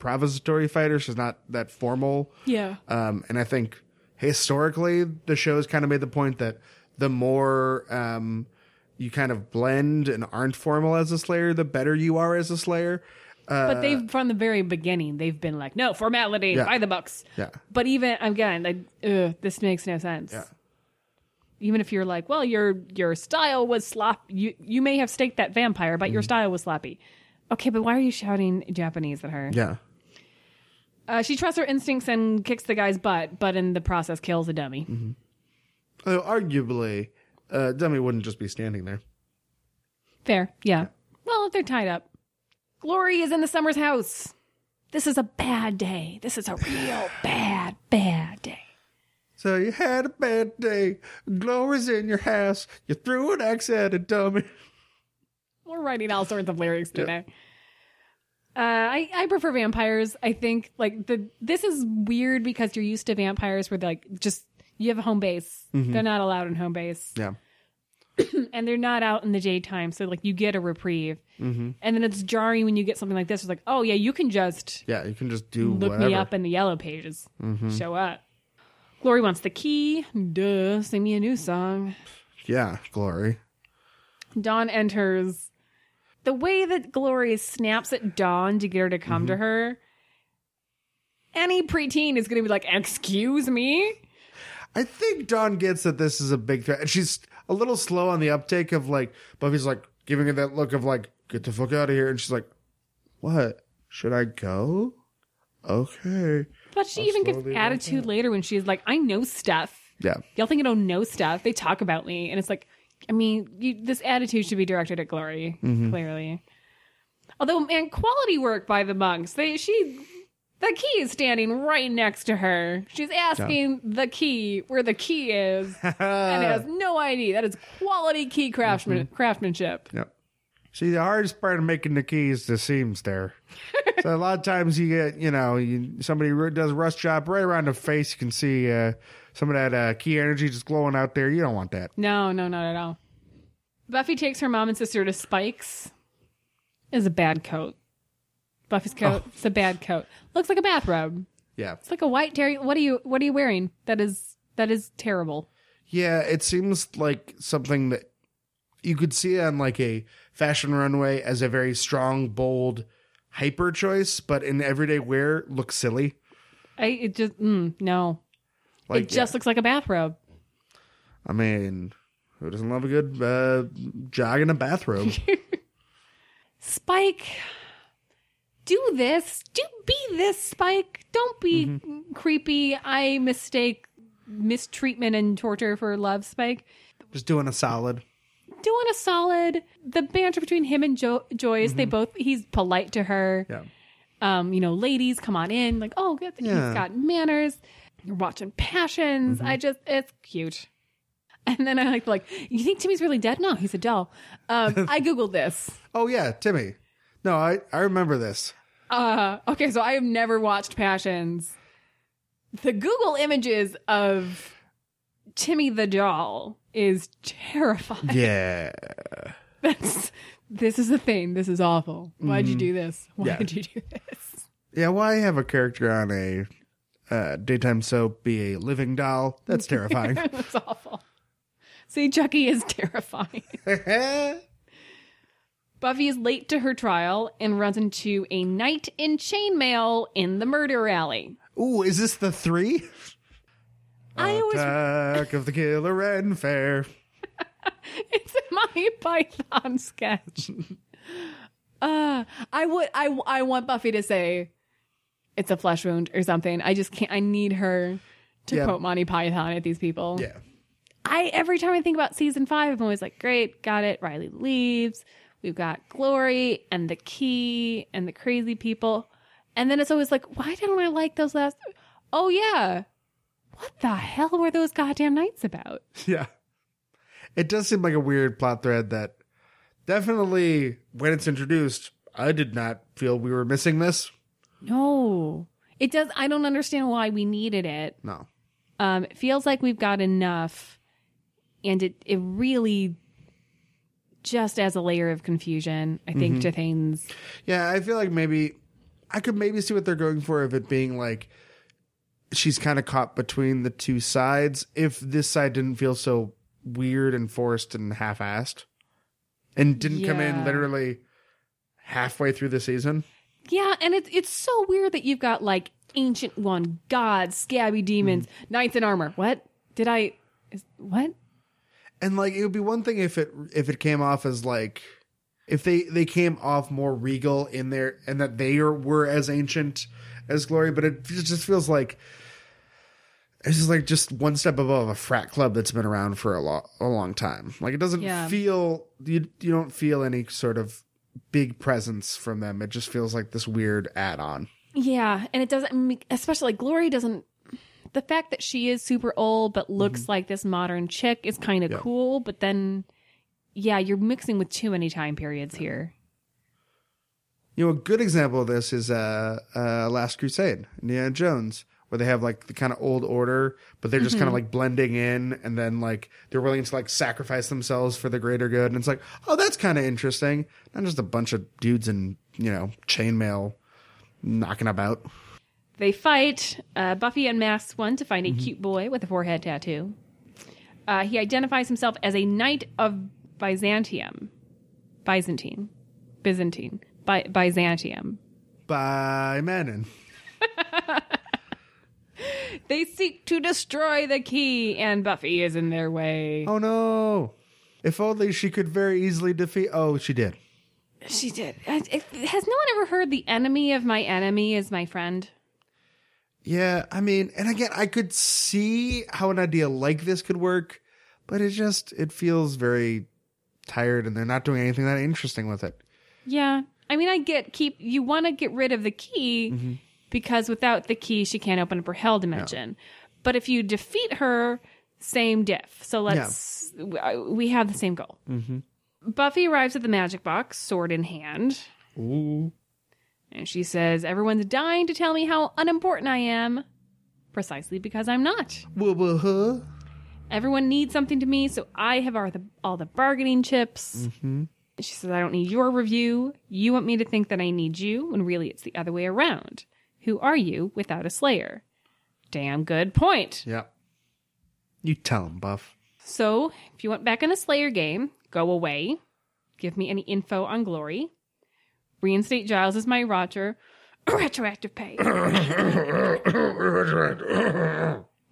B: improvisatory fighter. She's not that formal.
A: Yeah.
B: Um, and I think historically, the show's kind of made the point that the more um, you kind of blend and aren't formal as a Slayer, the better you are as a Slayer.
A: but they've from the very beginning they've been like no formality
B: Uh, Yeah.
A: by the books
B: Yeah.
A: but even again like ugh, this makes no sense
B: Yeah.
A: even if you're like well your your style was slop you you may have staked that vampire but
B: Mm-hmm.
A: your style was sloppy okay but why are you shouting japanese at her
B: Yeah.
A: uh, she trusts her instincts and kicks the guy's butt but in the process kills a dummy
B: Mm-hmm. Although arguably, uh, Demi wouldn't just be standing there.
A: fair yeah. well if they're tied up glory is in the summer's house this is a bad day this is a real bad bad day
B: So you had a bad day. Glory's in your house. You threw an axe at a dummy.
A: We're writing all sorts of lyrics today. Uh, I, I prefer vampires. I think like the this is weird because you're used to vampires where they're like just you have a home base. They're not allowed in home base,
B: Yeah.
A: and they're not out in the daytime. So like you get a reprieve, and then it's jarring when you get something like this. It's like oh yeah, you can just
B: Yeah, you can just do
A: look
B: whatever.
A: me up in the yellow pages, show up. Glory wants the key. Duh, sing me a new song.
B: Yeah, Glory.
A: Dawn enters. The way that Glory snaps at Dawn to get her to come to her, any preteen is going to be like, "Excuse me."
B: I think Dawn gets that this is a big threat. And she's a little slow on the uptake of like, Buffy's like giving her that look of like, get the fuck out of here. And she's like, what? Should I go? Okay.
A: But she
B: I'll
A: even gives
B: slowly walk
A: attitude
B: out.
A: later when she's like, "I know stuff.
B: Yeah.
A: Y'all think I don't know stuff? They talk about me." And it's like, I mean, you, this attitude should be directed at Glory, clearly. Although, man, quality work by the monks. They she. The key is standing right next to her. She's asking the key where the key is. and it has no ID. That is quality key craftsman- craftsmanship.
B: Yep. See, the hardest part of making the key is the seams there. so a lot of times you get, you know, you, somebody ru- does a rust job right around the face. You can see uh, some of that uh, key energy just glowing out there. You don't want that.
A: No, no, not at all. Buffy takes her mom and sister to Spike's. Is a bad coat. Buffy's coat. It's a bad coat. Looks like a bathrobe.
B: Yeah.
A: It's like a white terry. What are you? What are you wearing? That is that is terrible.
B: Yeah, it seems like something that you could see on like a fashion runway as a very strong, bold, hyper choice, but in everyday wear looks silly.
A: I it just mm, no.
B: Like
A: it just looks like a bathrobe.
B: I mean, who doesn't love a good uh, jog in a bathrobe?
A: Spike, do this. Do be this, Spike. Don't be
B: Mm-hmm.
A: creepy. I mistake mistreatment and torture for love, Spike.
B: just doing a solid.
A: Doing a solid. The banter between him and jo- Joyce, they both, he's polite to her.
B: Mm-hmm. Yeah.
A: Um, you know, ladies, come on in. Like, oh, good.
B: Yeah. Mm-hmm.
A: He's got manners. You're watching Passions. I just, it's cute. And then I like, like, you think Timmy's really dead? No, he's a doll. Um, I Googled this.
B: Oh yeah, Timmy. No, I I remember this.
A: Uh, okay, so I have never watched Passions. The Google images of Timmy the doll is terrifying.
B: Yeah.
A: That's this is a thing. This is awful. Why'd you do this? Why
B: Yeah.
A: did you do this?
B: Yeah, why have a character on a uh, daytime soap be a living doll? That's terrifying.
A: That's awful. See, Chucky is terrifying.
B: yeah.
A: Buffy is late to her trial and runs into a knight in chainmail in the murder alley.
B: Ooh, is this the three?
A: I always
B: Attack of the Killer Ren Fair.
A: it's a Monty Python sketch. uh, I would I I want Buffy to say it's a flesh wound or something. I just can't. I need her to
B: Yeah.
A: quote Monty Python at these people.
B: Yeah.
A: I every time I think about season five, I'm always like, great, got it. Riley leaves. We've got Glory and the Key and the crazy people. And then it's always like, why don't I like those last? Oh yeah, what the hell were those goddamn nights about?
B: Yeah. It does seem like a weird plot thread that definitely, when it's introduced, I did not feel we were missing this.
A: No, it does. I don't understand why we needed it.
B: No.
A: Um, it feels like we've got enough, and it it really just adds a layer of confusion. I think to things.
B: Yeah, I feel like maybe I could maybe see what they're going for of it being like she's kind of caught between the two sides. If this side didn't feel so weird and forced and half-assed, and didn't come in
A: Yeah.
B: literally halfway through the season.
A: Yeah, and it's it's so weird that you've got like ancient one, gods, scabby demons, knights in armor. What did I? Is, what?
B: and like it would be one thing if it if it came off as like if they they came off more regal in there and that they are, were as ancient as glory but it just just feels like it's just like just one step above a frat club that's been around for a lot a long time like it doesn't
A: Yeah.
B: feel you you don't feel any sort of big presence from them it just feels like this weird add-on
A: Yeah, and it doesn't. make- Especially like Glory doesn't. The fact that she is super old but looks like this modern chick is kind of
B: Yeah.
A: cool, but then, yeah, you're mixing with too many time periods here.
B: You know, a good example of this is uh, uh, Last Crusade, Indiana Jones, where they have like the kind of old order, but they're just kind of like blending in, and then like they're willing to like sacrifice themselves for the greater good, and it's like, oh, that's kind of interesting. Not just a bunch of dudes in you know chainmail knocking about.
A: They fight. Uh, Buffy unmasks one to find a cute boy with a forehead tattoo. Uh, he identifies himself as a knight of Byzantium. Byzantine. Byzantine. By- Byzantium.
B: By Manon,
A: They seek to destroy the key, and Buffy is in their way.
B: oh no! If only she could very easily defeat. Oh, she did.
A: She did. I, it, has no one ever heard the enemy of my enemy is my friend?
B: Yeah, I mean, and again, I could see how an idea like this could work, but it just it feels very tired, and they're not doing anything that interesting with it.
A: Yeah. I mean, I get keep you want to get rid of the key because without the key, she can't open up her hell dimension. But if you defeat her, same diff. So let's we have the same goal. Buffy arrives at the magic box, sword in hand,
B: Ooh,
A: and she says, "Everyone's dying to tell me how unimportant I am, precisely because I'm not.
B: woo woo huh.
A: Everyone needs something to me, so I have all the all the bargaining chips." She says, I don't need your review. You want me to think that I need you, when really it's the other way around. Who are you without a slayer? Damn good point.
B: Yeah, you tell him, Buff.
A: So, if you want back in the slayer game, go away. Give me any info on glory. Reinstate Giles as my Roger. Retroactive pay.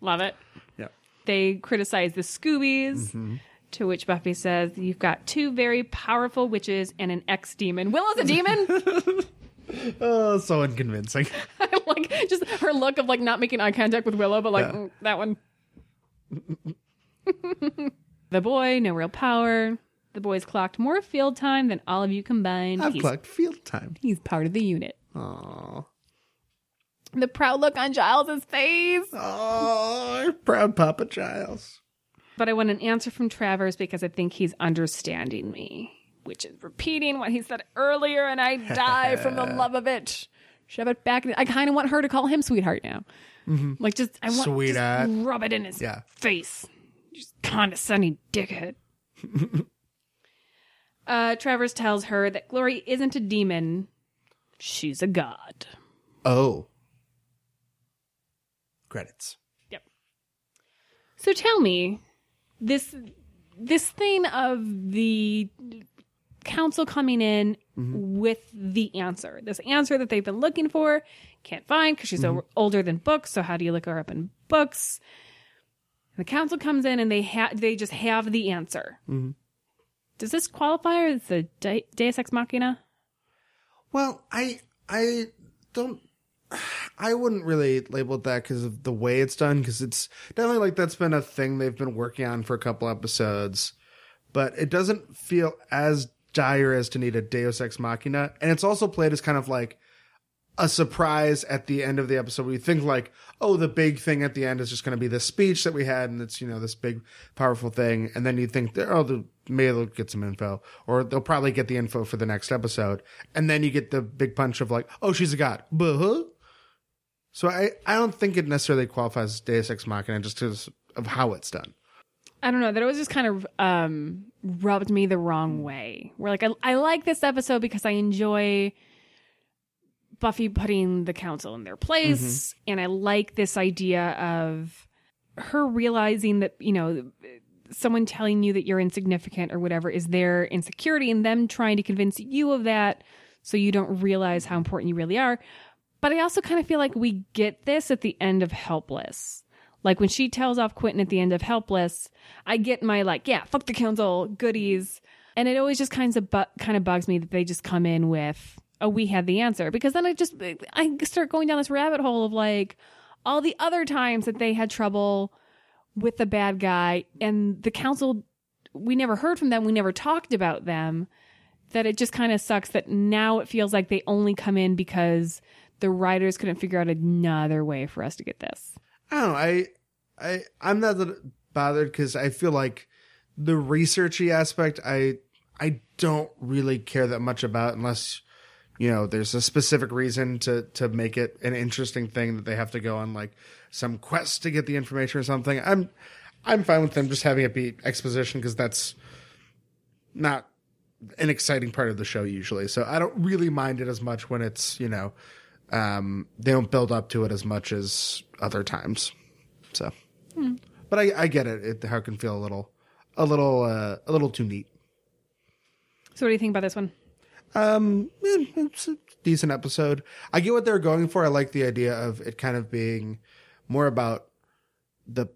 A: Love it.
B: Yep.
A: They criticize the Scoobies, to which Buffy says, You've got two very powerful witches and an ex demon. Willow's a demon?
B: Oh, so unconvincing.
A: like just her look of like not making eye contact with Willow, but like
B: Yeah.
A: mm, that one. the boy, no real power. The boy's clocked more field time than all of you combined.
B: I've
A: he's,
B: clocked field time.
A: he's part of the unit.
B: Aw.
A: The proud look on Giles's face.
B: Oh, proud Papa Giles.
A: But I want an answer from Travers because I think he's understanding me, which is repeating what he said earlier, and I die from the love of it. Shove it back. in- I kind of want her to call him sweetheart now. Like just I want
B: Mm-hmm. Sweetheart.
A: just rub it in his
B: Yeah.
A: face. Just condescending dickhead. uh, Travers tells her that Glory isn't a demon; she's a god.
B: Oh. Credits.
A: So tell me, this this thing of the council coming in with the answer. This answer that they've been looking for, can't find because she's o- older than books. So how do you look her up in books? And the council comes in and they ha- they just have the answer. Does this qualify as the de- Deus Ex Machina?
B: Well, I I don't I wouldn't really label it that because of the way it's done because it's definitely like that's been a thing they've been working on for a couple episodes, but it doesn't feel as dire as to need a Deus Ex Machina, and it's also played as kind of like a surprise at the end of the episode where you think like oh the big thing at the end is just going to be this speech that we had and it's you know this big powerful thing and then you think that, oh the, maybe they'll get some info or they'll probably get the info for the next episode and then you get the big punch of like oh she's a god Buh-huh. so I, I don't think it necessarily qualifies as deus ex machina just because of how it's done
A: I don't know. That always just kind of um, rubbed me the wrong way. Where like I, I like this episode because I enjoy Buffy putting the council in their place, and I like this idea of her realizing that you know someone telling you that you're insignificant or whatever is their insecurity, and them trying to convince you of that, so you don't realize how important you really are. But I also kind of feel like we get this at the end of Helpless. Like when she tells off Quentin at the end of Helpless, I get my like, yeah, fuck the council, goodies. And it always just kinds of bu- kind of bugs me that they just come in with, oh, we had the answer. Because then I just I start going down this rabbit hole of like all the other times that they had trouble with the bad guy and the council we never heard from them, we never talked about them. That it just kind of sucks that now it feels like they only come in because the writers couldn't figure out another way for us to get this.
B: I don't know. I, I, I'm not that bothered because I feel like the researchy aspect, I, I don't really care that much about unless, you know, there's a specific reason to, to make it an interesting thing that they have to go on like some quest to get the information or something. I'm, I'm fine with them just having it be exposition because that's not an exciting part of the show usually. So I don't really mind it as much when it's, you know, um, they don't build up to it as much as other times. So, but I, I get it, it. How it can feel a little, a little, uh, a little too neat.
A: So what do you think about this one?
B: Um, eh, it's a decent episode. I get what they're going for. I like the idea of it kind of being more about the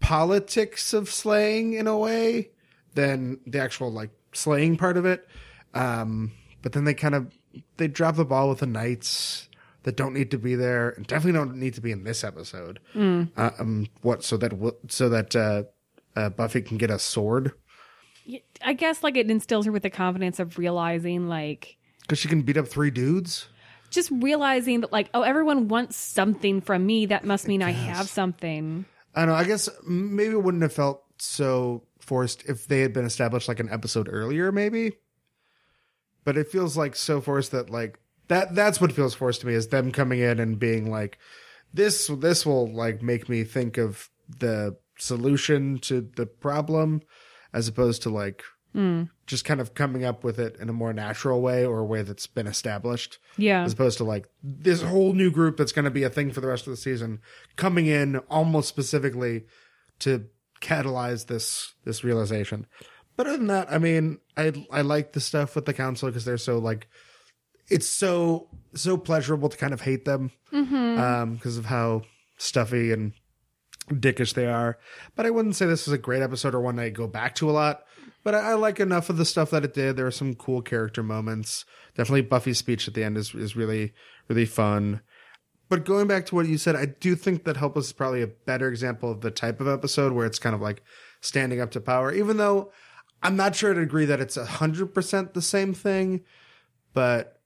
B: politics of slaying in a way than the actual like slaying part of it. Um, but then they kind of they drop the ball with the knights that don't need to be there and definitely don't need to be in this episode. Uh, um, what so that Wi- so that uh, uh, Buffy can get a sword
A: I guess like it instills her with the confidence of realizing like
B: because she can beat up three dudes.
A: just realizing that like oh everyone wants something from me that must mean I have something.
B: I don't know. I guess maybe it wouldn't have felt so forced if they had been established like an episode earlier, maybe. But it feels like so forced that like that that's what feels forced to me is them coming in and being like this this will like make me think of the solution to the problem as opposed to like just kind of coming up with it in a more natural way or a way that's been established
A: Yeah.
B: as opposed to like this whole new group that's going to be a thing for the rest of the season coming in almost specifically to catalyze this this realization but other than that i mean i i like the stuff with the council because they're so like it's so so pleasurable to kind of hate them um because of how stuffy and dickish they are but i wouldn't say this is a great episode or one i go back to a lot but I, I like enough of the stuff that it did there are some cool character moments definitely buffy's speech at the end is, is really really fun but going back to what you said i do think that helpless is probably a better example of the type of episode where it's kind of like standing up to power even though i'm not sure i'd agree that it's 100% the same thing but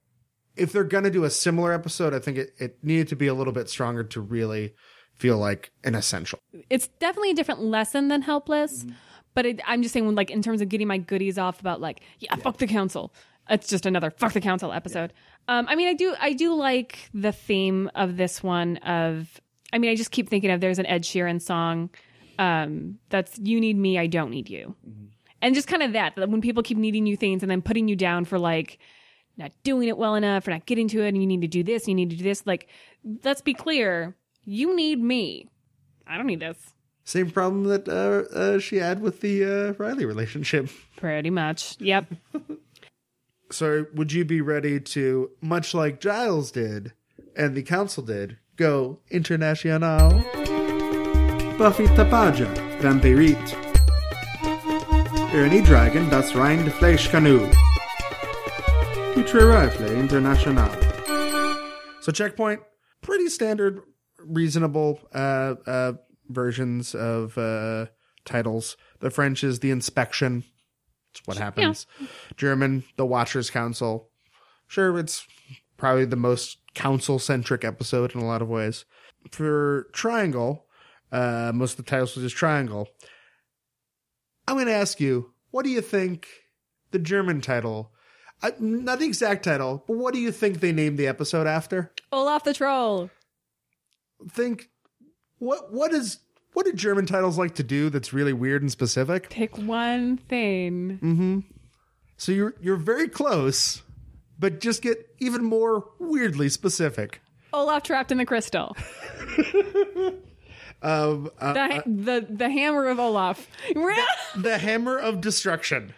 B: if they're gonna do a similar episode, I think it, it needed to be a little bit stronger to really feel like an essential.
A: It's definitely a different lesson than helpless, but it, I'm just saying when, like in terms of getting my goodies off about like yeah, fuck the council. It's just another fuck the council episode. Um I mean I do I do like the theme of this one of I mean I just keep thinking of there's an Ed Sheeran song um that's you need me I don't need you. and just kind of that, that when people keep needing you things and then putting you down for like not doing it well enough or not getting to it and you need to do this you need to do this like let's be clear you need me i don't need this
B: Same problem that uh, uh, she had with the uh, Riley relationship.
A: pretty much yep
B: So, would you be ready to, much like Giles did and the council did, go international?
D: Buffy Tapaja, Vampirit. Ernie Dragon, das Rhein Fleisch Canoe. Rifle International.
B: So, checkpoint, pretty standard, reasonable uh, uh, versions of uh, titles. The French is the inspection. It's what happens. German, the Watchers Council. Sure, it's probably the most council centric episode in a lot of ways. For Triangle, uh, most of the titles were just Triangle. I'm going to ask you, what do you think the German title, uh, not the exact title, but what do you think they named the episode after?
A: Olaf the troll.
B: Think what what is what do German titles like to do that's really weird and specific?
A: Pick one thing.
B: So you're you're very close, but just get even more weirdly specific.
A: Olaf trapped in the crystal.
B: Um, uh,
A: The the the hammer of Olaf.
B: the hammer of destruction.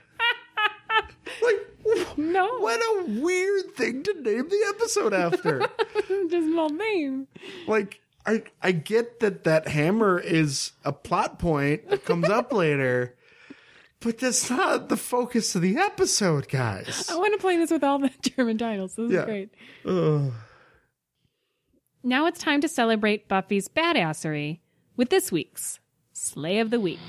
B: like
A: no,
B: what a weird thing to name the episode after.
A: just my name.
B: like I I get that that hammer is a plot point that comes up later, but that's not the focus of the episode, guys.
A: I want to play this with all the German titles. This
B: Yeah.
A: is great.
B: Ugh.
C: Now it's time to celebrate Buffy's badassery with this week's Slay of the Week.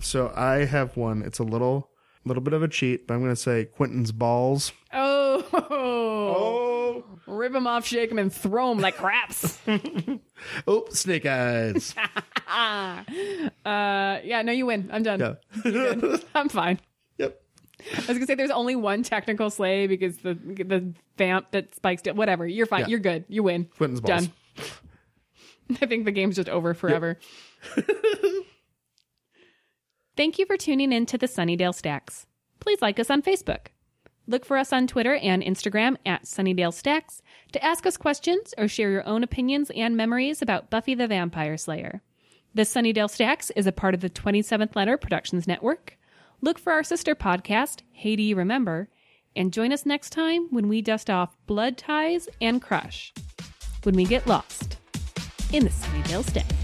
B: So I have one. It's a little little bit of a cheat, but I'm going to say Quentin's balls.
A: Oh,
B: Oh,
A: rip him off, shake him, and throw him like craps.
B: oh, snake eyes.
A: uh, yeah, no, you win. I'm done.
B: Yeah.
A: I'm fine.
B: yep.
A: I was gonna say there's only one technical slay because the the vamp that spikes it. Whatever, you're fine.
B: Yeah.
A: You're good. You win.
B: Quentin's balls.
A: Done. I think the game's just over forever.
C: Thank you for tuning in to the Sunnydale Stacks. Please like us on Facebook. Look for us on Twitter and Instagram at Sunnydale Stacks to ask us questions or share your own opinions and memories about Buffy the Vampire Slayer. The Sunnydale Stacks is a part of the 27th Letter Productions Network. Look for our sister podcast, Hey Do You Remember, and join us next time when we dust off blood ties and crush when we get lost in the Sunnydale Stacks.